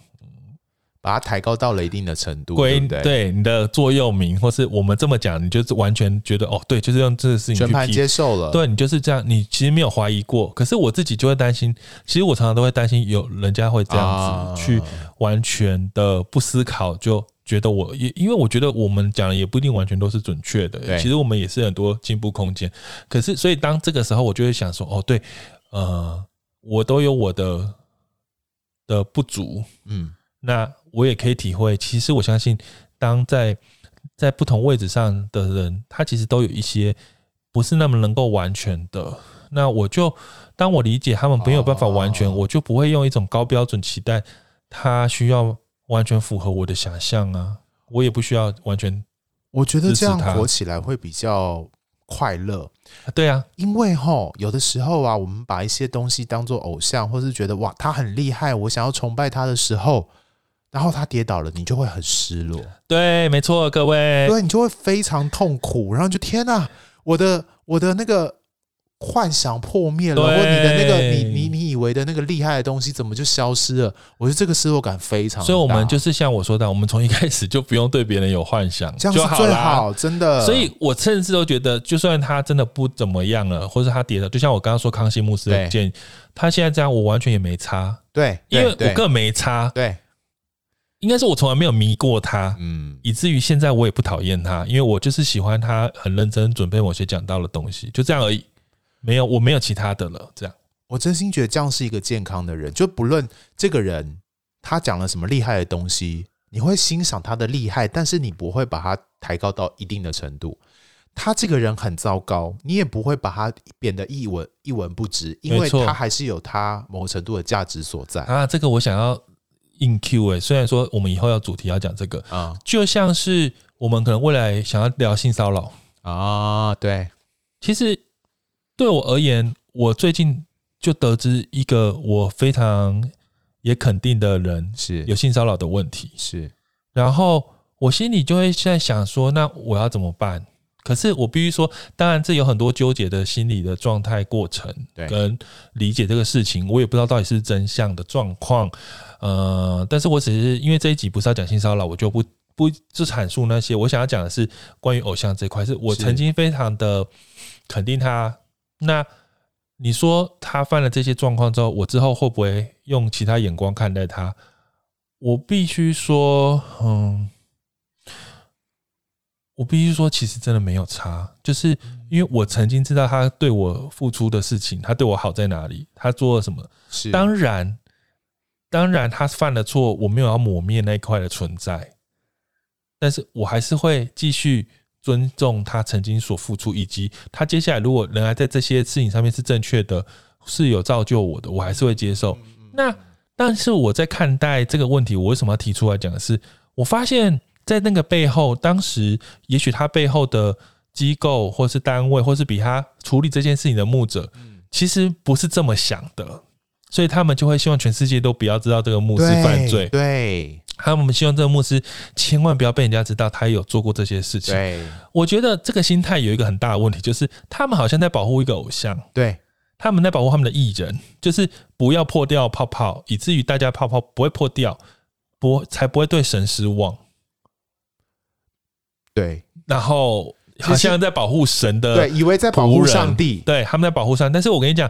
[SPEAKER 5] 把它抬高到了一定的程度，对
[SPEAKER 4] 归
[SPEAKER 5] 不对？
[SPEAKER 4] 对你的座右铭，或是我们这么讲，你就是完全觉得哦，对，就是用这个事情
[SPEAKER 5] 全
[SPEAKER 4] 去
[SPEAKER 5] 盘
[SPEAKER 4] 批
[SPEAKER 5] 接受了，啊
[SPEAKER 4] 对你就是这样，你其实没有怀疑过，可是我自己就会担心。其实我常常都会担心，有人家会这样
[SPEAKER 5] 啊
[SPEAKER 4] 子去完全的不思考，就觉得我也因为我觉得我们讲的也不一定完全都是准确的，
[SPEAKER 5] 对
[SPEAKER 4] 其实我们也是很多进步空间。可是所以当这个时候，我就会想说，哦，对，呃，我都有我的的不足，
[SPEAKER 5] 嗯，
[SPEAKER 4] 那我也可以体会，其实我相信，当在在不同位置上的人，他其实都有一些不是那么能够完全的。那我就当我理解他们没有办法完全，
[SPEAKER 5] 哦
[SPEAKER 4] 我就不会用一种高标准期待他需要完全符合我的想象啊，我也不需要完全。
[SPEAKER 5] 我觉得
[SPEAKER 4] 支持
[SPEAKER 5] 这样
[SPEAKER 4] 他
[SPEAKER 5] 活起来会比较快乐，
[SPEAKER 4] 对啊，
[SPEAKER 5] 因为哈，有的时候啊，我们把一些东西当做偶像，或是觉得哇他很厉害，我想要崇拜他的时候，然后他跌倒了，你就会很失落，
[SPEAKER 4] 对，没错，各位，
[SPEAKER 5] 对你就会非常痛苦，然后就天哪、我的我的那个幻想破灭了，
[SPEAKER 4] 对
[SPEAKER 5] 或你的那个你你你以为的那个厉害的东西怎么就消失了？我觉得这个失落感非常大，
[SPEAKER 4] 所以我们就是像我说的，我们从一开始就不用对别人有幻想，
[SPEAKER 5] 这样
[SPEAKER 4] 就是好
[SPEAKER 5] 最
[SPEAKER 4] 啦。
[SPEAKER 5] 好，真的。
[SPEAKER 4] 所以我甚至都觉得，就算他真的不怎么样了，或者他跌了，就像我刚刚说康熙牧师的
[SPEAKER 5] 对
[SPEAKER 4] 建议，他现在这样，我完全也没差，
[SPEAKER 5] 对，
[SPEAKER 4] 因为我
[SPEAKER 5] 对
[SPEAKER 4] 根本没差，
[SPEAKER 5] 对，
[SPEAKER 4] 应该是我从来没有迷过他，
[SPEAKER 5] 嗯，
[SPEAKER 4] 以至于现在我也不讨厌他，因为我就是喜欢他很认真准备某些讲到的东西，就这样而已，没有我没有其他的了，这样
[SPEAKER 5] 我真心觉得这样是一个健康的人，就不论这个人他讲了什么厉害的东西，你会欣赏他的厉害，但是你不会把他抬高到一定的程度。他这个人很糟糕，你也不会把他贬得一文一文不值，因
[SPEAKER 4] 没
[SPEAKER 5] 为
[SPEAKER 4] 错
[SPEAKER 5] 他还是有他某程度的价值所在
[SPEAKER 4] 啊，这个我想要硬 Q 哎、虽然说我们以后要主题要讲这个，
[SPEAKER 5] 啊
[SPEAKER 4] 就像是我们可能未来想要聊性骚扰。
[SPEAKER 5] 啊，对，
[SPEAKER 4] 其实对我而言，我最近就得知一个我非常也肯定的人
[SPEAKER 5] 是
[SPEAKER 4] 有性骚扰的问题，
[SPEAKER 5] 是
[SPEAKER 4] 然后我心里就会在想说，那我要怎么办？可是我必须说，当然这有很多纠结的心理的状态过程，
[SPEAKER 5] 对
[SPEAKER 4] 跟理解这个事情，我也不知道到底是真相的状况，呃，但是我只是因为这一集不是要讲性骚扰，我就不不就阐述那些，我想要讲的是关于偶像这一块，是我
[SPEAKER 5] 是
[SPEAKER 4] 曾经非常的肯定他。那你说他犯了这些状况之后，我之后会不会用其他眼光看待他？我必须说，嗯，我必须说，其实真的没有差，就是因为我曾经知道他对我付出的事情，他对我好在哪里，他做了什么。
[SPEAKER 5] 是，
[SPEAKER 4] 当然，当然他犯了错，我没有要抹灭那一块的存在，但是我还是会继续尊重他曾经所付出，以及他接下来如果仍然在这些事情上面是正确的，是有造就我的，我还是会接受。那但是我在看待这个问题，我为什么要提出来讲的是，我发现在那个背后，当时也许他背后的机构或是单位，或是比他处理这件事情的牧者，
[SPEAKER 5] 嗯
[SPEAKER 4] 其实不是这么想的。所以他们就会希望全世界都不要知道这个牧师
[SPEAKER 5] 对
[SPEAKER 4] 犯罪，
[SPEAKER 5] 对
[SPEAKER 4] 他们希望这个牧师千万不要被人家知道他有做过这些事情。
[SPEAKER 5] 对
[SPEAKER 4] 我觉得这个心态有一个很大的问题，就是他们好像在保护一个偶像，
[SPEAKER 5] 对，
[SPEAKER 4] 他们在保护他们的艺人，就是不要破掉泡泡，以至于大家泡泡不会破掉，不才不会对神失望。
[SPEAKER 5] 对
[SPEAKER 4] 然后好像在保护神的
[SPEAKER 5] 对，以为在保
[SPEAKER 4] 仆
[SPEAKER 5] 护
[SPEAKER 4] 人
[SPEAKER 5] 上帝，
[SPEAKER 4] 对，他们在保护上。但是我跟你讲，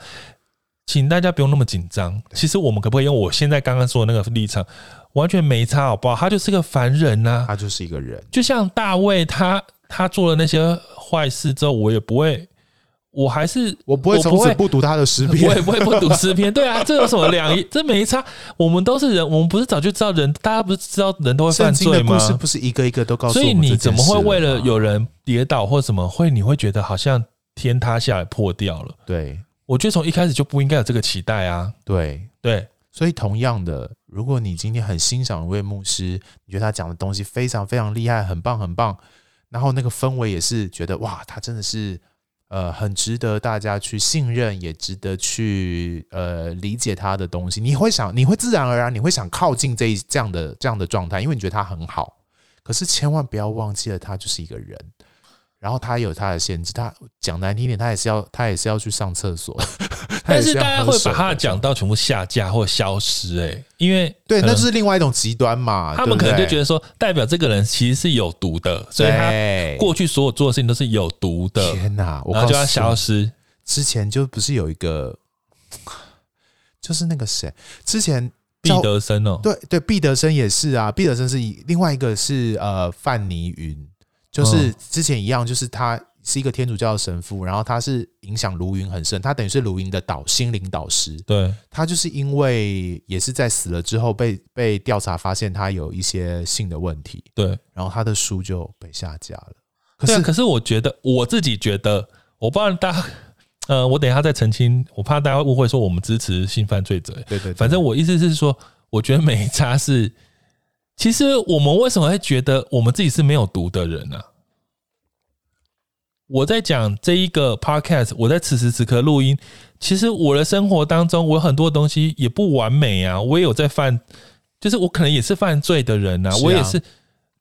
[SPEAKER 4] 请大家不用那么紧张。其实我们可不可以用我现在刚刚说的那个立场，完全没差，好不好？他就是个凡人呐、
[SPEAKER 5] 他就是一个人，
[SPEAKER 4] 就像大卫他他做了那些坏事之后，我也不会，我还是
[SPEAKER 5] 我不会从此不读他的诗篇
[SPEAKER 4] 我也，不会不读诗篇，对啊，这有什么两？这没差，我们都是人，我们不是早就知道人，大家不是知道人都会犯
[SPEAKER 5] 圣经
[SPEAKER 4] 罪
[SPEAKER 5] 的
[SPEAKER 4] 吗
[SPEAKER 5] 故？事不是一个一个都告诉
[SPEAKER 4] 所
[SPEAKER 5] 我
[SPEAKER 4] 以
[SPEAKER 5] 们这
[SPEAKER 4] 你
[SPEAKER 5] 件事啊
[SPEAKER 4] 怎
[SPEAKER 5] 吗，
[SPEAKER 4] 么会为了有人跌倒或什么会，你会觉得好像天塌下来破掉了？
[SPEAKER 5] 对
[SPEAKER 4] 我觉得从一开始就不应该有这个期待啊。
[SPEAKER 5] 对？
[SPEAKER 4] 对，
[SPEAKER 5] 所以同样的，如果你今天很欣赏一位牧师，你觉得他讲的东西非常非常厉害，很棒很棒，然后那个氛围也是觉得哇，他真的是呃很值得大家去信任，也值得去呃理解他的东西，你会想，你会自然而然你会想靠近这一这样的这样的状态，因为你觉得他很好。可是千万不要忘记了，他就是一个人，然后他有他的限制，他讲难听点，他也是要他也是要去上厕所， 他也
[SPEAKER 4] 但是
[SPEAKER 5] 要
[SPEAKER 4] 大家
[SPEAKER 5] 喝
[SPEAKER 4] 会
[SPEAKER 5] 水
[SPEAKER 4] 把他的讲到全部下架或消失、欸，因为
[SPEAKER 5] 对，
[SPEAKER 4] 可
[SPEAKER 5] 那
[SPEAKER 4] 能
[SPEAKER 5] 就是另外一种极端嘛。
[SPEAKER 4] 他们可能就觉
[SPEAKER 5] 得，
[SPEAKER 4] 得说，代表这个人其实是有毒的，所以他
[SPEAKER 5] 对
[SPEAKER 4] 过去所有做的事情都是有毒的，
[SPEAKER 5] 天哪！我
[SPEAKER 4] 然后就
[SPEAKER 5] 告
[SPEAKER 4] 要
[SPEAKER 5] 诉你
[SPEAKER 4] 消失。
[SPEAKER 5] 之前就不是有一个，就是那个谁，之前
[SPEAKER 4] 毕
[SPEAKER 5] 叫
[SPEAKER 4] 德生哦，
[SPEAKER 5] 对对，毕德生也是啊，毕德生是一另外一个是呃范尼云，就是
[SPEAKER 4] 嗯
[SPEAKER 5] 之前一样，就是他是一个天主教的神父，然后他是影响卢云很深，他等于是卢云的导心灵导师，
[SPEAKER 4] 对，
[SPEAKER 5] 他就是因为也是在死了之后被被调查发现他有一些性的问题，
[SPEAKER 4] 对，
[SPEAKER 5] 然后他的书就被下架了。可
[SPEAKER 4] 对啊。
[SPEAKER 5] 是
[SPEAKER 4] 可是我觉得我自己觉得，我不知道大家，呃，我等一下再澄清，我怕大家误会说我们支持性犯罪者。
[SPEAKER 5] 对对对
[SPEAKER 4] 反正我意思是说，我觉得没差是， 其实我们为什么会觉得我们自己是没有毒的人呢、啊？我在讲这一个 podcast，我在此时此刻录音，其实我的生活当中，我有很多东西也不完美啊，我也有在犯，就是我可能也是犯罪的人啊，
[SPEAKER 5] 是啊
[SPEAKER 4] 我也是。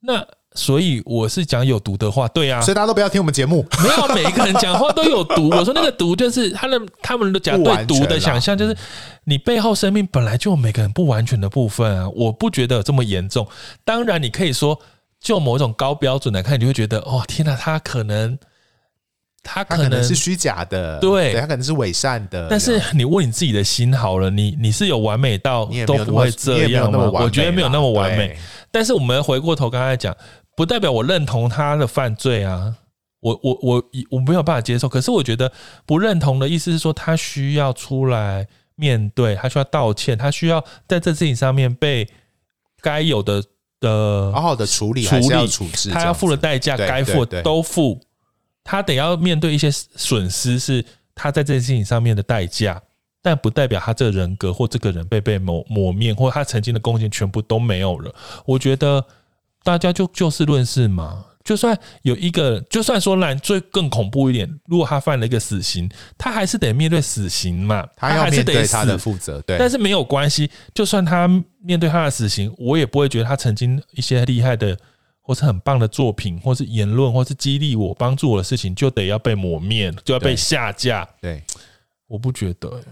[SPEAKER 4] 那所以我是讲有毒的话，对啊，
[SPEAKER 5] 所以大家都不要听我们节目，
[SPEAKER 4] 没有每一个人讲话都有毒。我说那个毒就是他的，他们都讲
[SPEAKER 5] 不
[SPEAKER 4] 对
[SPEAKER 5] 完全
[SPEAKER 4] 毒的
[SPEAKER 5] 啦
[SPEAKER 4] 想象，就是你背后生命本来就有每个人不完全的部分啊。我不觉得有这么严重。当然，你可以说就某种高标准来看，你就会觉得哦，天哪，他可能他
[SPEAKER 5] 他
[SPEAKER 4] 可
[SPEAKER 5] 可
[SPEAKER 4] 能
[SPEAKER 5] 能是虚假的，
[SPEAKER 4] 对
[SPEAKER 5] 他可能是伪善的，
[SPEAKER 4] 但是你问你自己的心好了，你你是有完美到
[SPEAKER 5] 你也
[SPEAKER 4] 都
[SPEAKER 5] 没有那
[SPEAKER 4] 不
[SPEAKER 5] 么
[SPEAKER 4] 会这样
[SPEAKER 5] 你也没有那么
[SPEAKER 4] 吗？
[SPEAKER 5] 完美啦啊
[SPEAKER 4] 我觉得没有那么完美
[SPEAKER 5] 对。
[SPEAKER 4] 但是我们回过头刚才讲，不代表我认同他的犯罪啊，我我我我没有办法接受。可是我觉得不认同的意思是说，他需要出来面对，他需要道歉，他需要在这事情上面被该有的的
[SPEAKER 5] 好好的处理
[SPEAKER 4] 处
[SPEAKER 5] 还是要
[SPEAKER 4] 理
[SPEAKER 5] 处置，
[SPEAKER 4] 他要付的代价，
[SPEAKER 5] 对
[SPEAKER 4] 该付
[SPEAKER 5] 对
[SPEAKER 4] 的
[SPEAKER 5] 对
[SPEAKER 4] 都付，他得要面对一些损失，是他在这件事情上面的代价，但不代表他这个人格或这个人被被抹抹灭，或他曾经的贡献全部都没有了。我觉得大家就就事论事嘛。就算有一个，就算说烂最更恐怖一点，如果他犯了一个死刑，他还是得面对死刑嘛，
[SPEAKER 5] 他要
[SPEAKER 4] 还是
[SPEAKER 5] 面
[SPEAKER 4] 得
[SPEAKER 5] 对他的
[SPEAKER 4] 死。
[SPEAKER 5] 负责，对，
[SPEAKER 4] 但是没有关系，就算他面对他的死刑，我也不会觉得他曾经一些厉害的或是很棒的作品，或是言论，或是激励我、帮助我的事情，就得要被抹灭，就要被
[SPEAKER 5] 对
[SPEAKER 4] 下架。
[SPEAKER 5] 对
[SPEAKER 4] 我不觉得欸，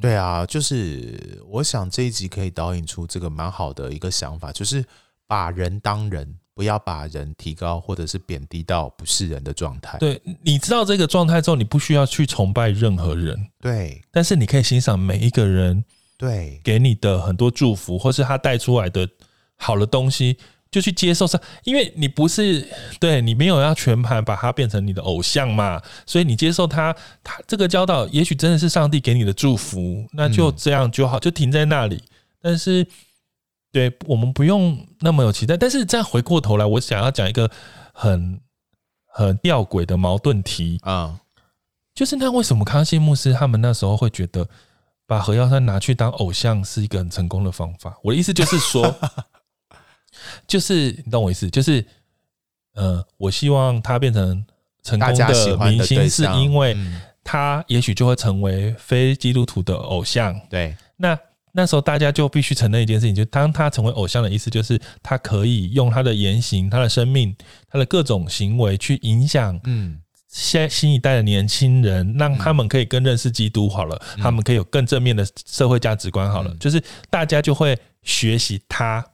[SPEAKER 5] 对啊，就是我想这一集可以导引出这个蛮好的一个想法，就是把人当人，不要把人提高或者是贬低到不是人的状态。
[SPEAKER 4] 对，你知道这个状态之后，你不需要去崇拜任何人，
[SPEAKER 5] 对
[SPEAKER 4] 但是你可以欣赏每一个人
[SPEAKER 5] 对
[SPEAKER 4] 给你的很多祝福，或是他带出来的好的东西，就去接受上，因为你不是对你没有要全盘把它变成你的偶像嘛，所以你接受他，他这个教导也许真的是上帝给你的祝福，那就这样就好，就停在那里。但是，对我们不用那么有期待。但是再回过头来，我想要讲一个很很吊诡的矛盾题，
[SPEAKER 5] 嗯，
[SPEAKER 4] 就是那为什么康熙牧师他们那时候会觉得把何耀珊拿去当偶像是一个很成功的方法？我的意思就是 说，就是你懂我意思，就是呃，我希望他变成成
[SPEAKER 5] 大
[SPEAKER 4] 功
[SPEAKER 5] 家喜欢
[SPEAKER 4] 明
[SPEAKER 5] 的
[SPEAKER 4] 星，
[SPEAKER 5] 对
[SPEAKER 4] 是
[SPEAKER 5] 象
[SPEAKER 4] 因为
[SPEAKER 5] 嗯
[SPEAKER 4] 他也许就会成为非基督徒的偶像。
[SPEAKER 5] 对
[SPEAKER 4] 那那时候大家就必须承认一件事情，就当他成为偶像的意思，就是他可以用他的言行、他的生命、他的各种行为去影响
[SPEAKER 5] 嗯，
[SPEAKER 4] 现在新一代的年轻人，让他们可以更认识基督好了，他们可以有更正面的社会价值观好了，
[SPEAKER 5] 嗯
[SPEAKER 4] 就是大家就会学习他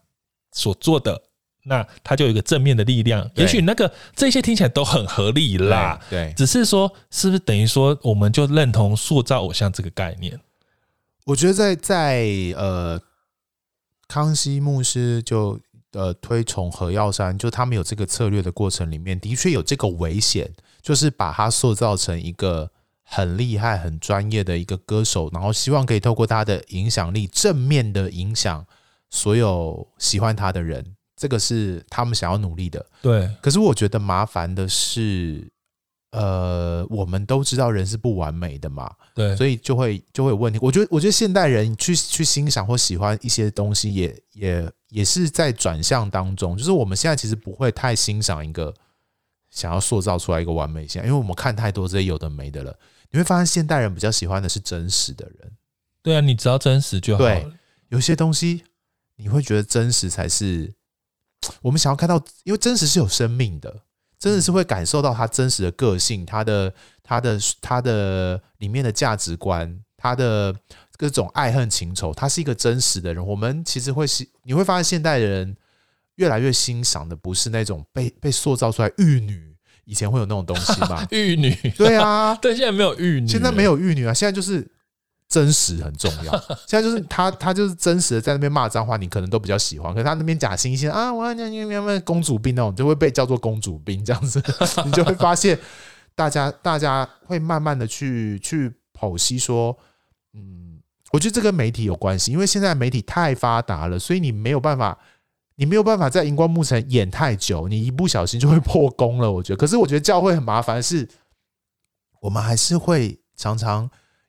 [SPEAKER 4] 所做的，那他就有一个正面的力量。
[SPEAKER 5] 对
[SPEAKER 4] 也许那个这些听起来都很合理啦，
[SPEAKER 5] 对对
[SPEAKER 4] 只是说是不是等于说我们就认同塑造偶像这个概念？
[SPEAKER 5] 我觉得在在呃，康熙牧师就呃推崇何耀珊，就他们有这个策略的过程里面，的确有这个危险，就是把他塑造成一个很厉害、很专业的一个歌手，然后希望可以透过他的影响力，正面的影响所有喜欢他的人，这个是他们想要努力的。
[SPEAKER 4] 对，
[SPEAKER 5] 可是我觉得麻烦的是，呃，我们都知道人是不完美的嘛，
[SPEAKER 4] 对，
[SPEAKER 5] 所以就会就会有问题。我觉得，我觉得现代人去去欣赏或喜欢一些东西也，也也是在转向当中。就是我们现在其实不会太欣赏一个想要塑造出来一个完美形象，因为我们看太多这些有的没的了。你会发现，现代人比较喜欢的是真实的人，
[SPEAKER 4] 对啊，你只要真实就好
[SPEAKER 5] 对
[SPEAKER 4] 了。？
[SPEAKER 5] 有些东西你会觉得真实才是我们想要看到，因为真实是有生命的。真的是会感受到他真实的个性，他的他的他的里面的价值观，他的各种爱恨情仇，他是一个真实的人。我们其实会是你会发现现代人越来越欣赏的不是那种被被塑造出来玉女，以前会有那种东西嘛
[SPEAKER 4] 玉女，
[SPEAKER 5] 对啊，
[SPEAKER 4] 对，现在没有玉女，
[SPEAKER 5] 现在没有玉女啊，现在就是真实很重要。现在就是他，他就是真实的在那边骂脏话，你可能都比较喜欢。可是他那边假惺惺啊，我要你你你公主病那种，就会被叫做公主病这样子，你就会发现大家大家会慢慢的去去剖析说，嗯，我觉得这跟媒体有关系，因为现在媒体太发达了，所以你没有办法。你没有办法在荧光幕前演太久，你一不小心就会破功了。我觉得，可是我觉得教会很麻烦，是我们还是会常常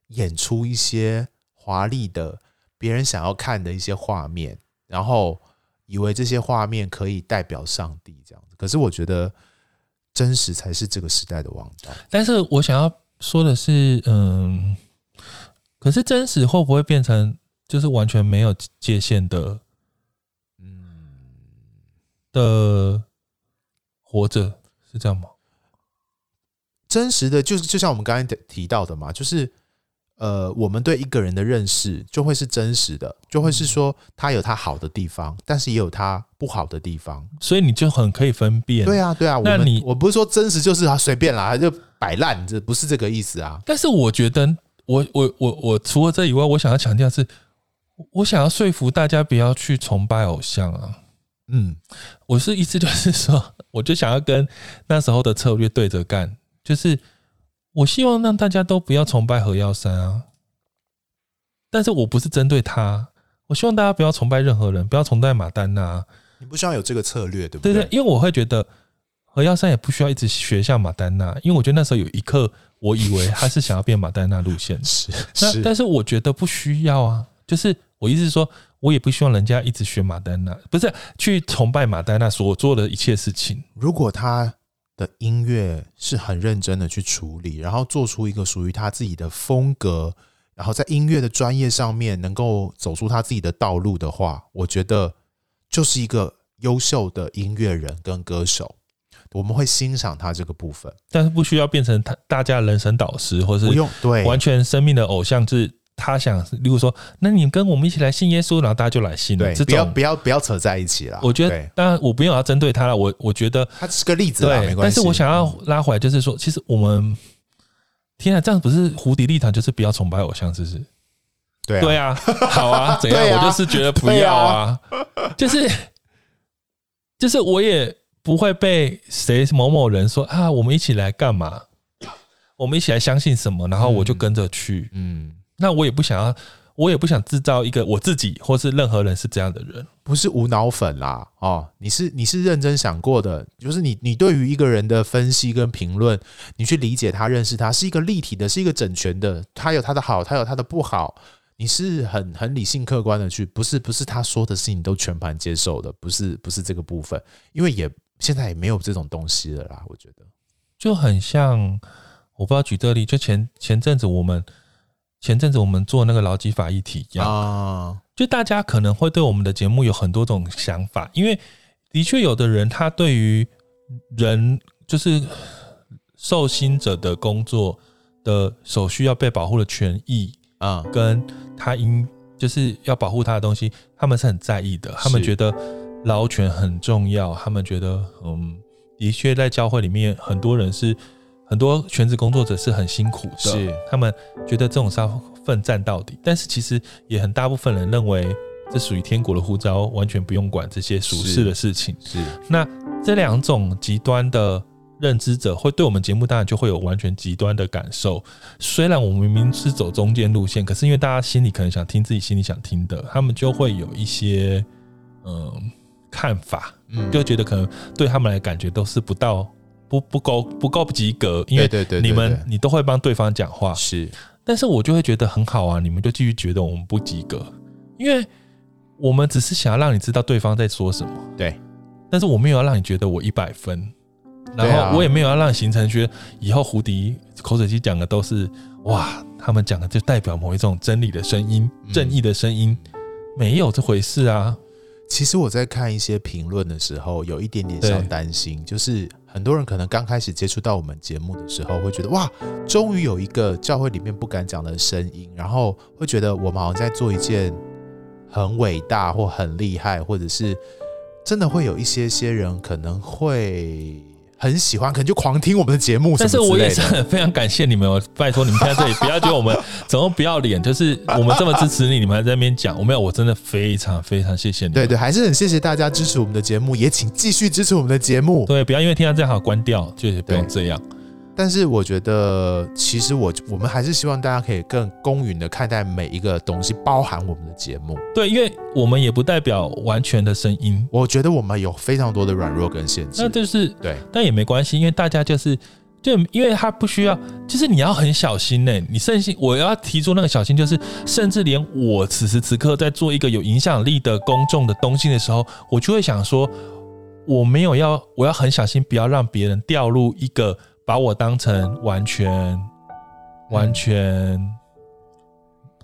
[SPEAKER 5] 演出一些华丽的、别人想要看的一些画面，然后以为这些画面可以代表上帝这样子。可是我觉得真实才是这个时代的王道。
[SPEAKER 4] 但是我想要说的是，嗯，可是真实会不会变成就是完全没有界限的
[SPEAKER 5] 嗯，
[SPEAKER 4] 的活着？是这样吗？
[SPEAKER 5] 真实的就是就像我们刚才提到的嘛，就是呃，我们对一个人的认识就会是真实的，就会
[SPEAKER 4] 嗯
[SPEAKER 5] 是说他有他好的地方，但是也有他不好的地方。
[SPEAKER 4] 所以你就很可以分辨。
[SPEAKER 5] 对啊，对啊，我
[SPEAKER 4] 那
[SPEAKER 5] 们
[SPEAKER 4] 你
[SPEAKER 5] 我不是说真实就是啊随便啦，就摆烂，这不是这个意思啊。
[SPEAKER 4] 但是我觉得，我我我我除了这以外，我想要强调的是，我想要说服大家不要去崇拜偶像啊。
[SPEAKER 5] 嗯，
[SPEAKER 4] 我是意思就是说， 我就想要跟那时候的策略对着干，就是我希望让大家都不要崇拜何耀珊啊。但是我不是针对他，我希望大家不要崇拜任何人，不要崇拜马丹娜啊、
[SPEAKER 5] 你不需要有这个策略，对不，
[SPEAKER 4] 对对，因为我会觉得何耀珊也不需要一直学像马丹娜，因为我觉得那时候有一刻，我以为他是想要变马丹娜路线
[SPEAKER 5] 是
[SPEAKER 4] 那但是我觉得不需要啊。就是我意思是说，我也不希望人家一直学马丹娜，不是去崇拜马丹娜所做的一切事情。
[SPEAKER 5] 如果他的音乐是很认真的去处理，然后做出一个属于他自己的风格，然后在音乐的专业上面能够走出他自己的道路的话，我觉得就是一个优秀的音乐人跟歌手。我们会欣赏他这个部分，
[SPEAKER 4] 但是不需要变成他大家的人生导师，或是
[SPEAKER 5] 不用对
[SPEAKER 4] 完全生命的偶像是。他想，例如说，那你跟我们一起来信耶稣，然后大家就来信了。
[SPEAKER 5] 对，
[SPEAKER 4] 这
[SPEAKER 5] 不要
[SPEAKER 4] 种
[SPEAKER 5] 不，要不要扯在一起啦。
[SPEAKER 4] 我觉得
[SPEAKER 5] 对，
[SPEAKER 4] 当然我不用要针对他了。我我觉得
[SPEAKER 5] 它是个例子啦，没
[SPEAKER 4] 对，但
[SPEAKER 5] 关系。嗯
[SPEAKER 4] 是我想要拉回来，就是说，其实我们天啊，这样不是胡迪立场，就是不要崇拜偶像，是不是？
[SPEAKER 5] 对啊
[SPEAKER 4] 对啊，好 啊，怎样？
[SPEAKER 5] 对啊
[SPEAKER 4] 我就是觉得不要啊，就是就是我也不会被谁某某人说啊，我们一起来干嘛？我们一起来相信什么？然后我就跟着去。
[SPEAKER 5] 嗯，
[SPEAKER 4] 那我也不想要，我也不想制造一个我自己或是任何人是这样的人。
[SPEAKER 5] 不是无脑粉啦，哦，你是你是认真想过的，就是你你对于一个人的分析跟评论，你去理解他、认识他，是一个立体的，是一个整全的，他有他的好，他有他的不好，你是很很理性客观的去，不是不是他说的事情都全盘接受的，不是不是这个部分，因为也现在也没有这种东西了啦，我觉得，
[SPEAKER 4] 就很像，我不知道举这个例，就前前阵子我们前阵子我们做那个劳基法议题一样，
[SPEAKER 5] 啊，
[SPEAKER 4] 就大家可能会对我们的节目有很多种想法，因为的确有的人他对于人就是受薪者的工作的所需要被保护的权益，
[SPEAKER 5] 嗯，
[SPEAKER 4] 跟他应就是要保护他的东西，他们是很在意的。他们觉得劳权很重要，他们觉得嗯，的确在教会里面，很多人是很多全职工作者是很辛苦的，
[SPEAKER 5] 是
[SPEAKER 4] 他们觉得这种是奋战到底。但是其实也很大部分人认为这属于天国的呼召，完全不用管这些俗世的事情。
[SPEAKER 5] 是
[SPEAKER 4] 那这两种极端的认知者，会对我们节目当然就会有完全极端的感受。虽然我们明明是走中间路线，可是因为大家心里可能想听自己心里想听的，他们就会有一些嗯、看法，
[SPEAKER 5] 嗯
[SPEAKER 4] 就觉得可能对他们来感觉都是不到不不够不够及格，因为
[SPEAKER 5] 对对对对
[SPEAKER 4] 你们
[SPEAKER 5] 对
[SPEAKER 4] 你都会帮对方讲话，
[SPEAKER 5] 是
[SPEAKER 4] 但是我就会觉得很好啊，你们就继续觉得我们不及格，因为我们只是想要让你知道对方在说什么。
[SPEAKER 5] 对，
[SPEAKER 4] 但是我没有要让你觉得我一百分，
[SPEAKER 5] 对
[SPEAKER 4] 然
[SPEAKER 5] 啊
[SPEAKER 4] 后我也没有要让你形成觉得以后胡迪口水鸡讲的都是哇，他们讲的
[SPEAKER 5] 嗯
[SPEAKER 4] 就代表某一种真理的声音、正义的声音，没有这回事啊。
[SPEAKER 5] 其实我在看一些评论的时候，有一点点
[SPEAKER 4] 对
[SPEAKER 5] 小担心，就是很多人可能刚开始接触到我们节目的时候，会觉得哇，终于有一个教会里面不敢讲的声音，然后会觉得我们好像在做一件很伟大或很厉害，或者是真的会有一些些人可能会很喜欢，可能就狂听我们的节目什
[SPEAKER 4] 但
[SPEAKER 5] 么之
[SPEAKER 4] 是
[SPEAKER 5] 类的。
[SPEAKER 4] 我也是很非常感谢你们，哦，拜托你们在这里不要觉得我们 怎么不要脸，就是我们这么支持你，你们还在那边讲，我没有，我真的非常非常谢谢你们。
[SPEAKER 5] 对对，还是很谢谢大家支持我们的节目，也请继续支持我们的节目。
[SPEAKER 4] 对，不要因为听到这样好关掉，就是不用
[SPEAKER 5] 对
[SPEAKER 4] 这样。
[SPEAKER 5] 但是我觉得，其实我我们还是希望大家可以更公允的看待每一个东西，包含我们的节目。
[SPEAKER 4] 对，因为我们也不代表完全的声音，
[SPEAKER 5] 我觉得我们有非常多的软弱跟限
[SPEAKER 4] 那
[SPEAKER 5] 制。
[SPEAKER 4] 就是
[SPEAKER 5] 对
[SPEAKER 4] 但也没关系，因为大家就是就因为他不需要，就是你要很小心呢、你甚至我要提出那个小心，就是甚至连我此时此刻在做一个有影响力的公众的东西的时候，我就会想说，我没有要，我要很小心，不要让别人掉入一个把我当成完全完全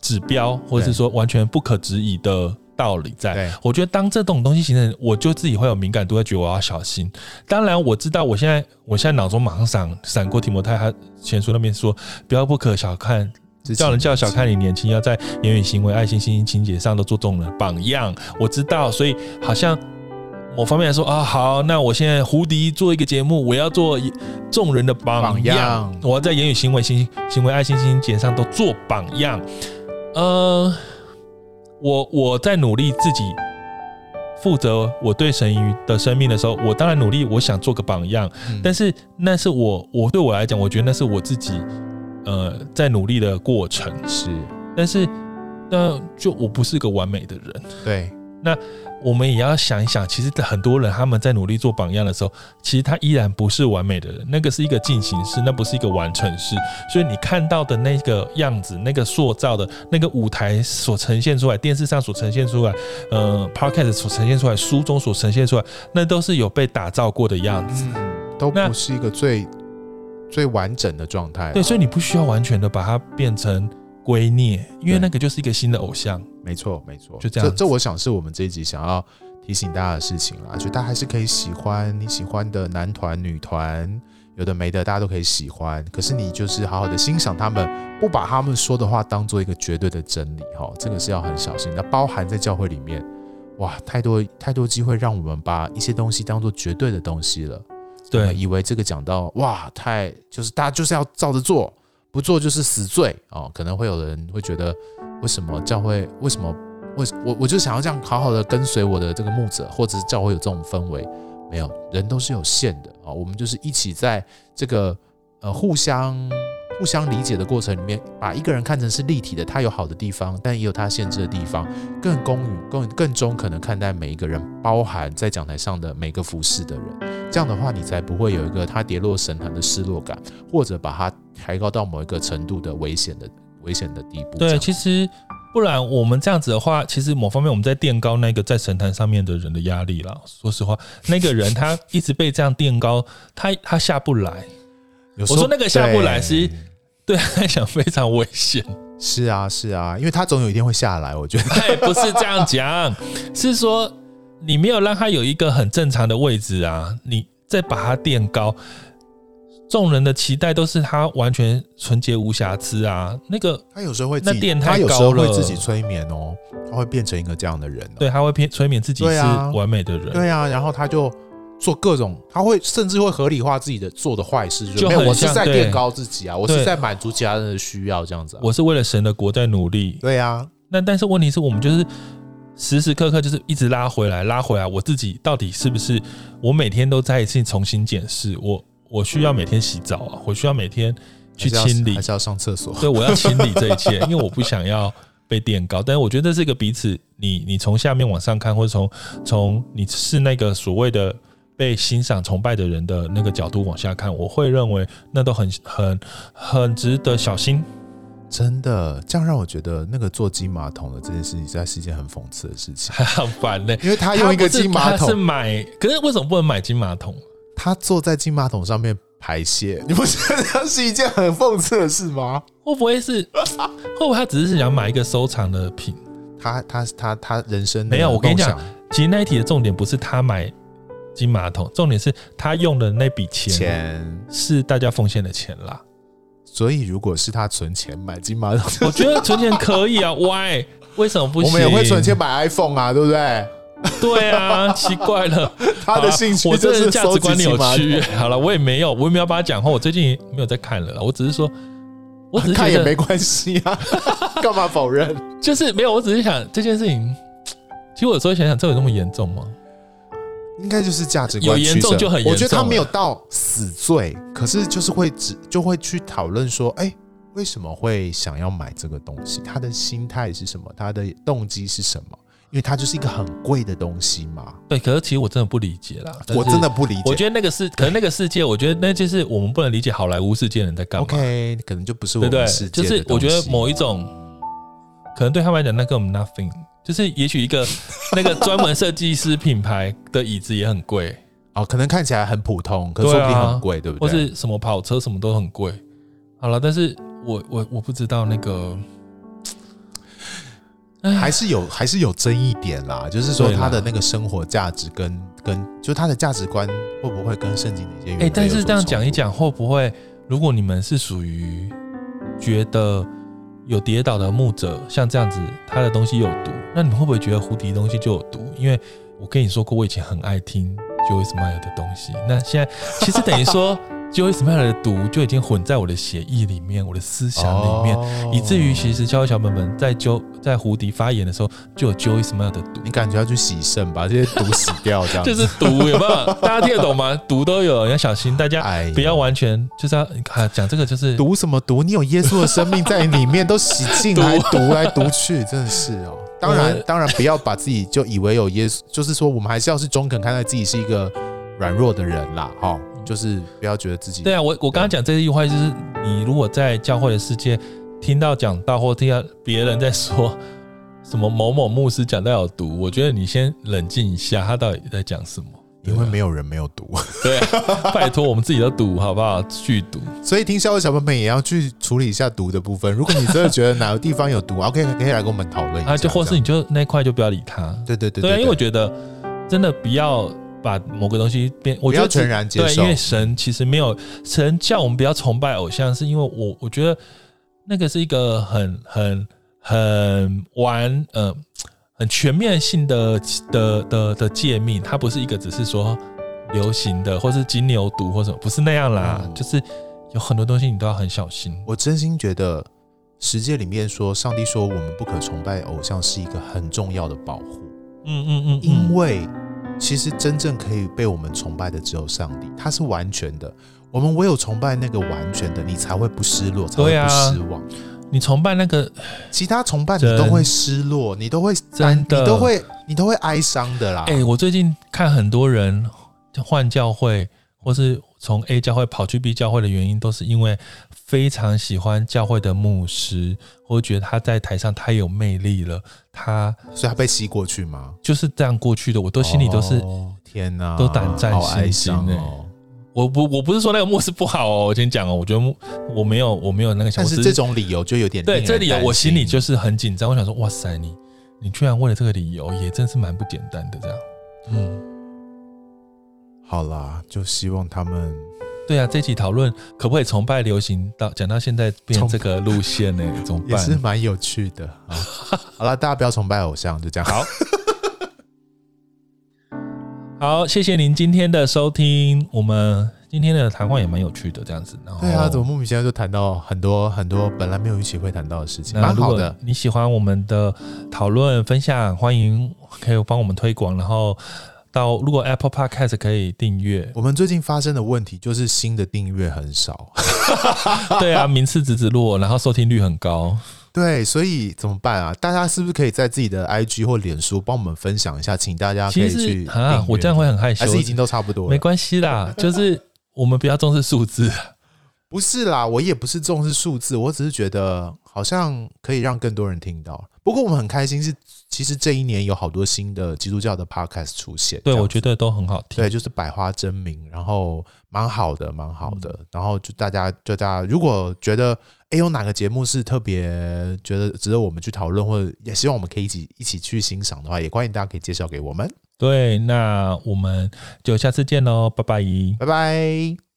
[SPEAKER 4] 指标，或者是
[SPEAKER 5] 对
[SPEAKER 4] 说完全不可质疑的道理在
[SPEAKER 5] 对。
[SPEAKER 4] 我觉得当这种东西形成，我就自己会有敏感度，会觉得我要小心。当然，我知道我现在我现在脑中马上闪闪过提摩太他前书那边说，不要不可小看
[SPEAKER 5] 之前
[SPEAKER 4] 叫人叫小看你年轻，要在言语、行为、爱心、心情、情节上都做众人榜样。我知道，所以好像某方面来说啊，好，那我现在胡迪做一个节目，我要做众人的榜样，
[SPEAKER 5] 榜样
[SPEAKER 4] 我要在言语、行为、心行为、爱心、心情节上都做榜样。呃，我我在努力自己负责我对神鱼的生命的时候，我当然努力，我想做个榜样，
[SPEAKER 5] 嗯
[SPEAKER 4] 但是那是我我对我来讲，我觉得那是我自己呃在努力的过程，
[SPEAKER 5] 是
[SPEAKER 4] 但是那就我不是个完美的人，
[SPEAKER 5] 对
[SPEAKER 4] 我们也要想一想，其实很多人他们在努力做榜样的时候，其实他依然不是完美的人，那个是一个进行式，那不是一个完成式。所以你看到的那个样子、那个塑造的那个舞台所呈现出来，电视上所呈现出来，呃，podcast 所呈现出来，书中所呈现出来，那都是有被打造过的样子。
[SPEAKER 5] 嗯，都
[SPEAKER 4] 那
[SPEAKER 5] 不是一个最最完整的状态。
[SPEAKER 4] 对，所以你不需要完全的把它变成圭臬，因为
[SPEAKER 5] 对
[SPEAKER 4] 那个就是一个新的偶像。
[SPEAKER 5] 没错，没错，
[SPEAKER 4] 就这样
[SPEAKER 5] 这
[SPEAKER 4] 子
[SPEAKER 5] 这我想是我们这一集想要提醒大家的事情啦，就大家还是可以喜欢你喜欢的男团、女团，有的没的，大家都可以喜欢。可是你就是好好的欣赏他们，不把他们说的话当做一个绝对的真理哈、这个是要很小心。那包含在教会里面，哇，太多太多机会让我们把一些东西当做绝对的东西了。我们
[SPEAKER 4] 对，
[SPEAKER 5] 以为这个讲到哇，太就是大家就是要照着做，不做就是死罪哦。可能会有人会觉得，为什么教会为什么为我我就想要这样好好的跟随我的这个牧者，或者是教会有这种氛围？没有，人都是有限的啊、哦。我们就是一起在这个呃互相互相理解的过程里面，把一个人看成是立体的，他有好的地方，但也有他限制的地方。更公允、更更中肯的看待每一个人，包含在讲台上的每个服侍的人。这样的话，你才不会有一个他跌落神坛的失落感，或者把他抬高到某一个程度的危险的危险的地步。这
[SPEAKER 4] 对，
[SPEAKER 5] 样
[SPEAKER 4] 其实不然我们这样子的话，其实某方面我们在垫高那个在神坛上面的人的压力啦。说实话，那个人他一直被这样垫高，他他下不来。
[SPEAKER 5] 有时
[SPEAKER 4] 我
[SPEAKER 5] 候
[SPEAKER 4] 说那个下不来
[SPEAKER 5] 对
[SPEAKER 4] 是对他来讲非常危 险。
[SPEAKER 5] 是啊是啊，因为他总有一天会下来，我觉得。
[SPEAKER 4] 哎，不是这样讲，是说你没有让他有一个很正常的位置啊，你再把他垫高，众人的期待都是他完全纯洁无瑕疵啊。那个
[SPEAKER 5] 他有时候会自
[SPEAKER 4] 那
[SPEAKER 5] 己，
[SPEAKER 4] 电
[SPEAKER 5] 他
[SPEAKER 4] 太
[SPEAKER 5] 有时候
[SPEAKER 4] 高
[SPEAKER 5] 会
[SPEAKER 4] 了
[SPEAKER 5] 自己催眠哦，他会变成一个这样的人、哦。
[SPEAKER 4] 对他会偏催眠自己
[SPEAKER 5] 对
[SPEAKER 4] 是
[SPEAKER 5] 啊
[SPEAKER 4] 完美的人，
[SPEAKER 5] 对啊，然后他就做各种，他会甚至会合理化自己的做的坏事，
[SPEAKER 4] 就
[SPEAKER 5] 没有
[SPEAKER 4] 很
[SPEAKER 5] 我是
[SPEAKER 4] 像
[SPEAKER 5] 在
[SPEAKER 4] 对
[SPEAKER 5] 垫高自己啊，我是
[SPEAKER 4] 对
[SPEAKER 5] 在满足其他人的需要这样子、啊。
[SPEAKER 4] 我是为了神的国在努力。
[SPEAKER 5] 对啊，
[SPEAKER 4] 那但是问题是我们就是时时刻刻就是一直拉回来，拉回来，我自己到底是不是我每天都在一次重新检视我，我需要每天洗澡啊，我需要每天去
[SPEAKER 5] 还是要
[SPEAKER 4] 清理
[SPEAKER 5] 还，是要上厕所。
[SPEAKER 4] 对，我要清理这一切，因为我不想要被垫高。但是我觉得这是一个彼此，你你从下面往上看，或者从从你是那个所谓的被欣赏、崇拜的人的那个角度往下看，我会认为那都很很很值得小心。。
[SPEAKER 5] 真的，这样让我觉得那个坐金马桶的这件事情，实在是一件很讽刺的事情
[SPEAKER 4] 很烦呢、
[SPEAKER 5] 因为他用一个
[SPEAKER 4] 不是
[SPEAKER 5] 金马
[SPEAKER 4] 他是
[SPEAKER 5] 桶，
[SPEAKER 4] 买，可是为什么不能买金马桶？
[SPEAKER 5] 他坐在金马桶上面排泄，你不觉得这是一件很讽刺的事吗？
[SPEAKER 4] 会不会是？会不会他只是想买一个收藏的品？
[SPEAKER 5] 他他他他人生的
[SPEAKER 4] 没有我跟你
[SPEAKER 5] 梦想
[SPEAKER 4] 讲，其实那一题的重点不是他买金马桶，重点是他用的那笔钱
[SPEAKER 5] 钱，
[SPEAKER 4] 是大家奉献的钱啦。
[SPEAKER 5] 所以如果是他存钱买金马桶，
[SPEAKER 4] 我觉得存钱可以啊，Why？为什么不
[SPEAKER 5] 我
[SPEAKER 4] 行？
[SPEAKER 5] 们也会存钱。买 iPhone 啊，对不对？
[SPEAKER 4] 对啊，奇怪了。
[SPEAKER 5] 他的兴趣
[SPEAKER 4] 好啦我这
[SPEAKER 5] 就
[SPEAKER 4] 人
[SPEAKER 5] 是
[SPEAKER 4] 价值
[SPEAKER 5] 收集
[SPEAKER 4] 观
[SPEAKER 5] 金
[SPEAKER 4] 扭
[SPEAKER 5] 马
[SPEAKER 4] 曲。
[SPEAKER 5] 桶，
[SPEAKER 4] 好了，我也没有，我也没有把它讲话。我最近没有在看了啦，我只是说，我只是
[SPEAKER 5] 看
[SPEAKER 4] 觉
[SPEAKER 5] 也
[SPEAKER 4] 得
[SPEAKER 5] 没关系 啊，干嘛否认？
[SPEAKER 4] 就是没有，我只是想这件事情。其实我有时候想想，这有那么严重吗？
[SPEAKER 5] 应该就是价值观
[SPEAKER 4] 有严
[SPEAKER 5] 取
[SPEAKER 4] 重啊
[SPEAKER 5] 舍
[SPEAKER 4] 就很严
[SPEAKER 5] 我觉得他
[SPEAKER 4] 重
[SPEAKER 5] 没有
[SPEAKER 4] 了
[SPEAKER 5] 到死罪，可是就是会只就会去讨论说，哎、为什么会想要买这个东西？他的心态是什么？他的动机是什么？因为它就是一个很贵的东西嘛，
[SPEAKER 4] 对，可是其实我真的不理解啦。但
[SPEAKER 5] 我
[SPEAKER 4] 是
[SPEAKER 5] 真的不理解。
[SPEAKER 4] 我觉得那个是，可能那个世界，我觉得那就是我们不能理解好莱坞世界人在干嘛，
[SPEAKER 5] OK，可能就不是我
[SPEAKER 4] 对不对
[SPEAKER 5] 们世？界
[SPEAKER 4] 就
[SPEAKER 5] 的
[SPEAKER 4] 是我觉得
[SPEAKER 5] 东西
[SPEAKER 4] 某一种，可能对他们来讲，那跟我们 nothing，就是也许一个 那个专门设计师品牌的椅子也很贵，
[SPEAKER 5] 哦，可能看起来很普通，可是
[SPEAKER 4] 对
[SPEAKER 5] 说
[SPEAKER 4] 啊
[SPEAKER 5] 不定很贵，对不
[SPEAKER 4] 或
[SPEAKER 5] 对？
[SPEAKER 4] 是什么跑车什么都很贵。好了，但是我我我不知道那个，
[SPEAKER 5] 还是有还是有争议点啦，就是说
[SPEAKER 4] 对啦
[SPEAKER 5] 他的那个生活价值跟跟就他的价值观会不会跟圣经的一些原
[SPEAKER 4] 哎、
[SPEAKER 5] 则
[SPEAKER 4] 但
[SPEAKER 5] 有
[SPEAKER 4] 是
[SPEAKER 5] 所
[SPEAKER 4] 这样
[SPEAKER 5] 冲
[SPEAKER 4] 讲一
[SPEAKER 5] 突
[SPEAKER 4] 讲，会不会如果你们是属于觉得有跌倒的牧者，像这样子，他的东西有毒，那你们会不会觉得胡迪东西就有毒？因为我跟你说过，我以前很爱听 Joey Smile 的东西，那现在其实等于 说 Joey Smile 的毒就已经混在我的血液里面，我的思想里面，
[SPEAKER 5] 哦
[SPEAKER 4] 以至于其实教会小本本在揪在胡迪发言的时候，就有 Joey Smile 的毒
[SPEAKER 5] 你。感觉要去洗肾，把这些毒洗掉，这 样
[SPEAKER 4] 就是毒有没有？大家听得懂吗？毒都有，要小心，大家
[SPEAKER 5] 哎呀
[SPEAKER 4] 不要完全就是要啊，讲这个就是
[SPEAKER 5] 毒什么毒？你有耶稣的生命在里面，都洗进来，毒来毒去，真的是哦。当
[SPEAKER 4] 我
[SPEAKER 5] 然
[SPEAKER 4] 们，
[SPEAKER 5] 当然不要把自己就以为有耶稣，就是说我们还是要是中肯看待自己是一个软弱的人啦，哈、就是不要觉得自己
[SPEAKER 4] 对啊。我我刚刚讲这句话就是，你如果在教会的世界听到讲到或听到别人在说什么某某牧师讲到有毒，我觉得你先冷静一下，他到底在讲 什么？
[SPEAKER 5] 因为没有人没有毒，
[SPEAKER 4] 对啊，拜托我们自己都毒好不好？剧毒。
[SPEAKER 5] 所以听校友小朋友们也要去处理一下毒的部分。如果你真的觉得哪个地方有毒 ，OK，可以来跟我们讨论一下。
[SPEAKER 4] 啊，就或是
[SPEAKER 5] 这
[SPEAKER 4] 你
[SPEAKER 5] 样
[SPEAKER 4] 就那一块就不要理他。
[SPEAKER 5] 对对对
[SPEAKER 4] 对啊，因为我觉
[SPEAKER 5] 得
[SPEAKER 4] 得真的不要把某个东西变，我觉得
[SPEAKER 5] 不要全然接
[SPEAKER 4] 对，
[SPEAKER 5] 受
[SPEAKER 4] 因为神其实没有神叫我们不要崇拜偶像，是因为我我觉得那个是一个很很很完呃很全面性的的的的界面，它不是一个只是说流行的或是金牛犊或什么，不是那样啦，
[SPEAKER 5] 嗯
[SPEAKER 4] 就是有很多东西你都要很小心。
[SPEAKER 5] 我真心觉得十诫里面说，上帝说我们不可崇拜偶像，是一个很重要的保护。
[SPEAKER 4] 嗯嗯嗯，
[SPEAKER 5] 因为其实真正可以被我们崇拜的只有上帝，他是完全的。我们唯有崇拜那个完全的，你才会不失落，才会
[SPEAKER 4] 对啊
[SPEAKER 5] 不失望。
[SPEAKER 4] 你崇拜那个
[SPEAKER 5] 其他崇拜你
[SPEAKER 4] 真
[SPEAKER 5] 都会失落，你都会担，
[SPEAKER 4] 真的
[SPEAKER 5] 你都会你都会哀伤的啦。
[SPEAKER 4] 哎、我最近看很多人换教会，或是从 A 教会跑去 B 教会的原因，都是因为非常喜欢教会的牧师，或者觉得他在台上太有魅力了，他
[SPEAKER 5] 所以他被吸过去吗？
[SPEAKER 4] 就是这样过去的。我都心里都是，
[SPEAKER 5] 哦天哪，
[SPEAKER 4] 都胆战
[SPEAKER 5] 好哀
[SPEAKER 4] 心惊
[SPEAKER 5] 伤
[SPEAKER 4] 哎
[SPEAKER 5] 哦。
[SPEAKER 4] 我不我不是说那个牧师不好哦，我先讲哦，我觉得牧我没有我没有那个想，
[SPEAKER 5] 但
[SPEAKER 4] 我
[SPEAKER 5] 是
[SPEAKER 4] 只
[SPEAKER 5] 这种理由就有点
[SPEAKER 4] 对
[SPEAKER 5] 令人
[SPEAKER 4] 这理由
[SPEAKER 5] 担
[SPEAKER 4] 我心里
[SPEAKER 5] 心
[SPEAKER 4] 就是很紧张，我想说，哇塞，你你居然为了这个理由，也真是蛮不简单的这样。嗯。
[SPEAKER 5] 好啦，就希望他们
[SPEAKER 4] 对啊，这一期讨论可不可以崇拜流行到讲到现在变成这个路线 呢、怎么
[SPEAKER 5] 也
[SPEAKER 4] 办？
[SPEAKER 5] 是蛮有趣的啊。 好啦，大家不要崇拜偶像，就这样。好。
[SPEAKER 4] 好，谢谢您今天的收听，我们今天的谈话也蛮有趣的，这样子。然后
[SPEAKER 5] 对啊，怎么莫名其妙就谈到很多很多本来没有预期会谈到的事情，
[SPEAKER 4] 那
[SPEAKER 5] 蛮
[SPEAKER 4] 如
[SPEAKER 5] 好
[SPEAKER 4] 果
[SPEAKER 5] 的。
[SPEAKER 4] 你喜欢我们的讨论分享，欢迎可以帮我们推广，然后到如果 Apple Podcast 可以订 阅。
[SPEAKER 5] 我们最近发生的问题就是新的订阅很少，
[SPEAKER 4] 对啊，名次直直落，然后收听率很高。
[SPEAKER 5] 对，所以怎么办啊？大家是不是可以在自己的 IG 或脸书帮我们分享一下，请大家可
[SPEAKER 4] 其
[SPEAKER 5] 以去
[SPEAKER 4] 实啊
[SPEAKER 5] 订，
[SPEAKER 4] 我
[SPEAKER 5] 阅
[SPEAKER 4] 这样会很害羞
[SPEAKER 5] 还，是已经都差不多了？
[SPEAKER 4] 没关系啦，就是我们不要重视数 字。
[SPEAKER 5] 不是啦，我也不是重视数字，我只是觉得好像可以让更多人听到。不过我们很开心是，其实这一年有好多新的基督教的 podcast 出现。
[SPEAKER 4] 对，
[SPEAKER 5] 这样
[SPEAKER 4] 我
[SPEAKER 5] 子
[SPEAKER 4] 觉得都很好听。
[SPEAKER 5] 对，就是百花争
[SPEAKER 4] 嗯
[SPEAKER 5] 鸣，然后蛮好的，蛮好的。然后就大家就大家如果觉得哎，有哪个节目是特别觉得值得我们去讨论，或者也希望我们可以一起一起去欣赏的话，也欢迎大家可以介绍给我们。
[SPEAKER 4] 对，那我们就下次见喽，拜拜。
[SPEAKER 5] 拜拜。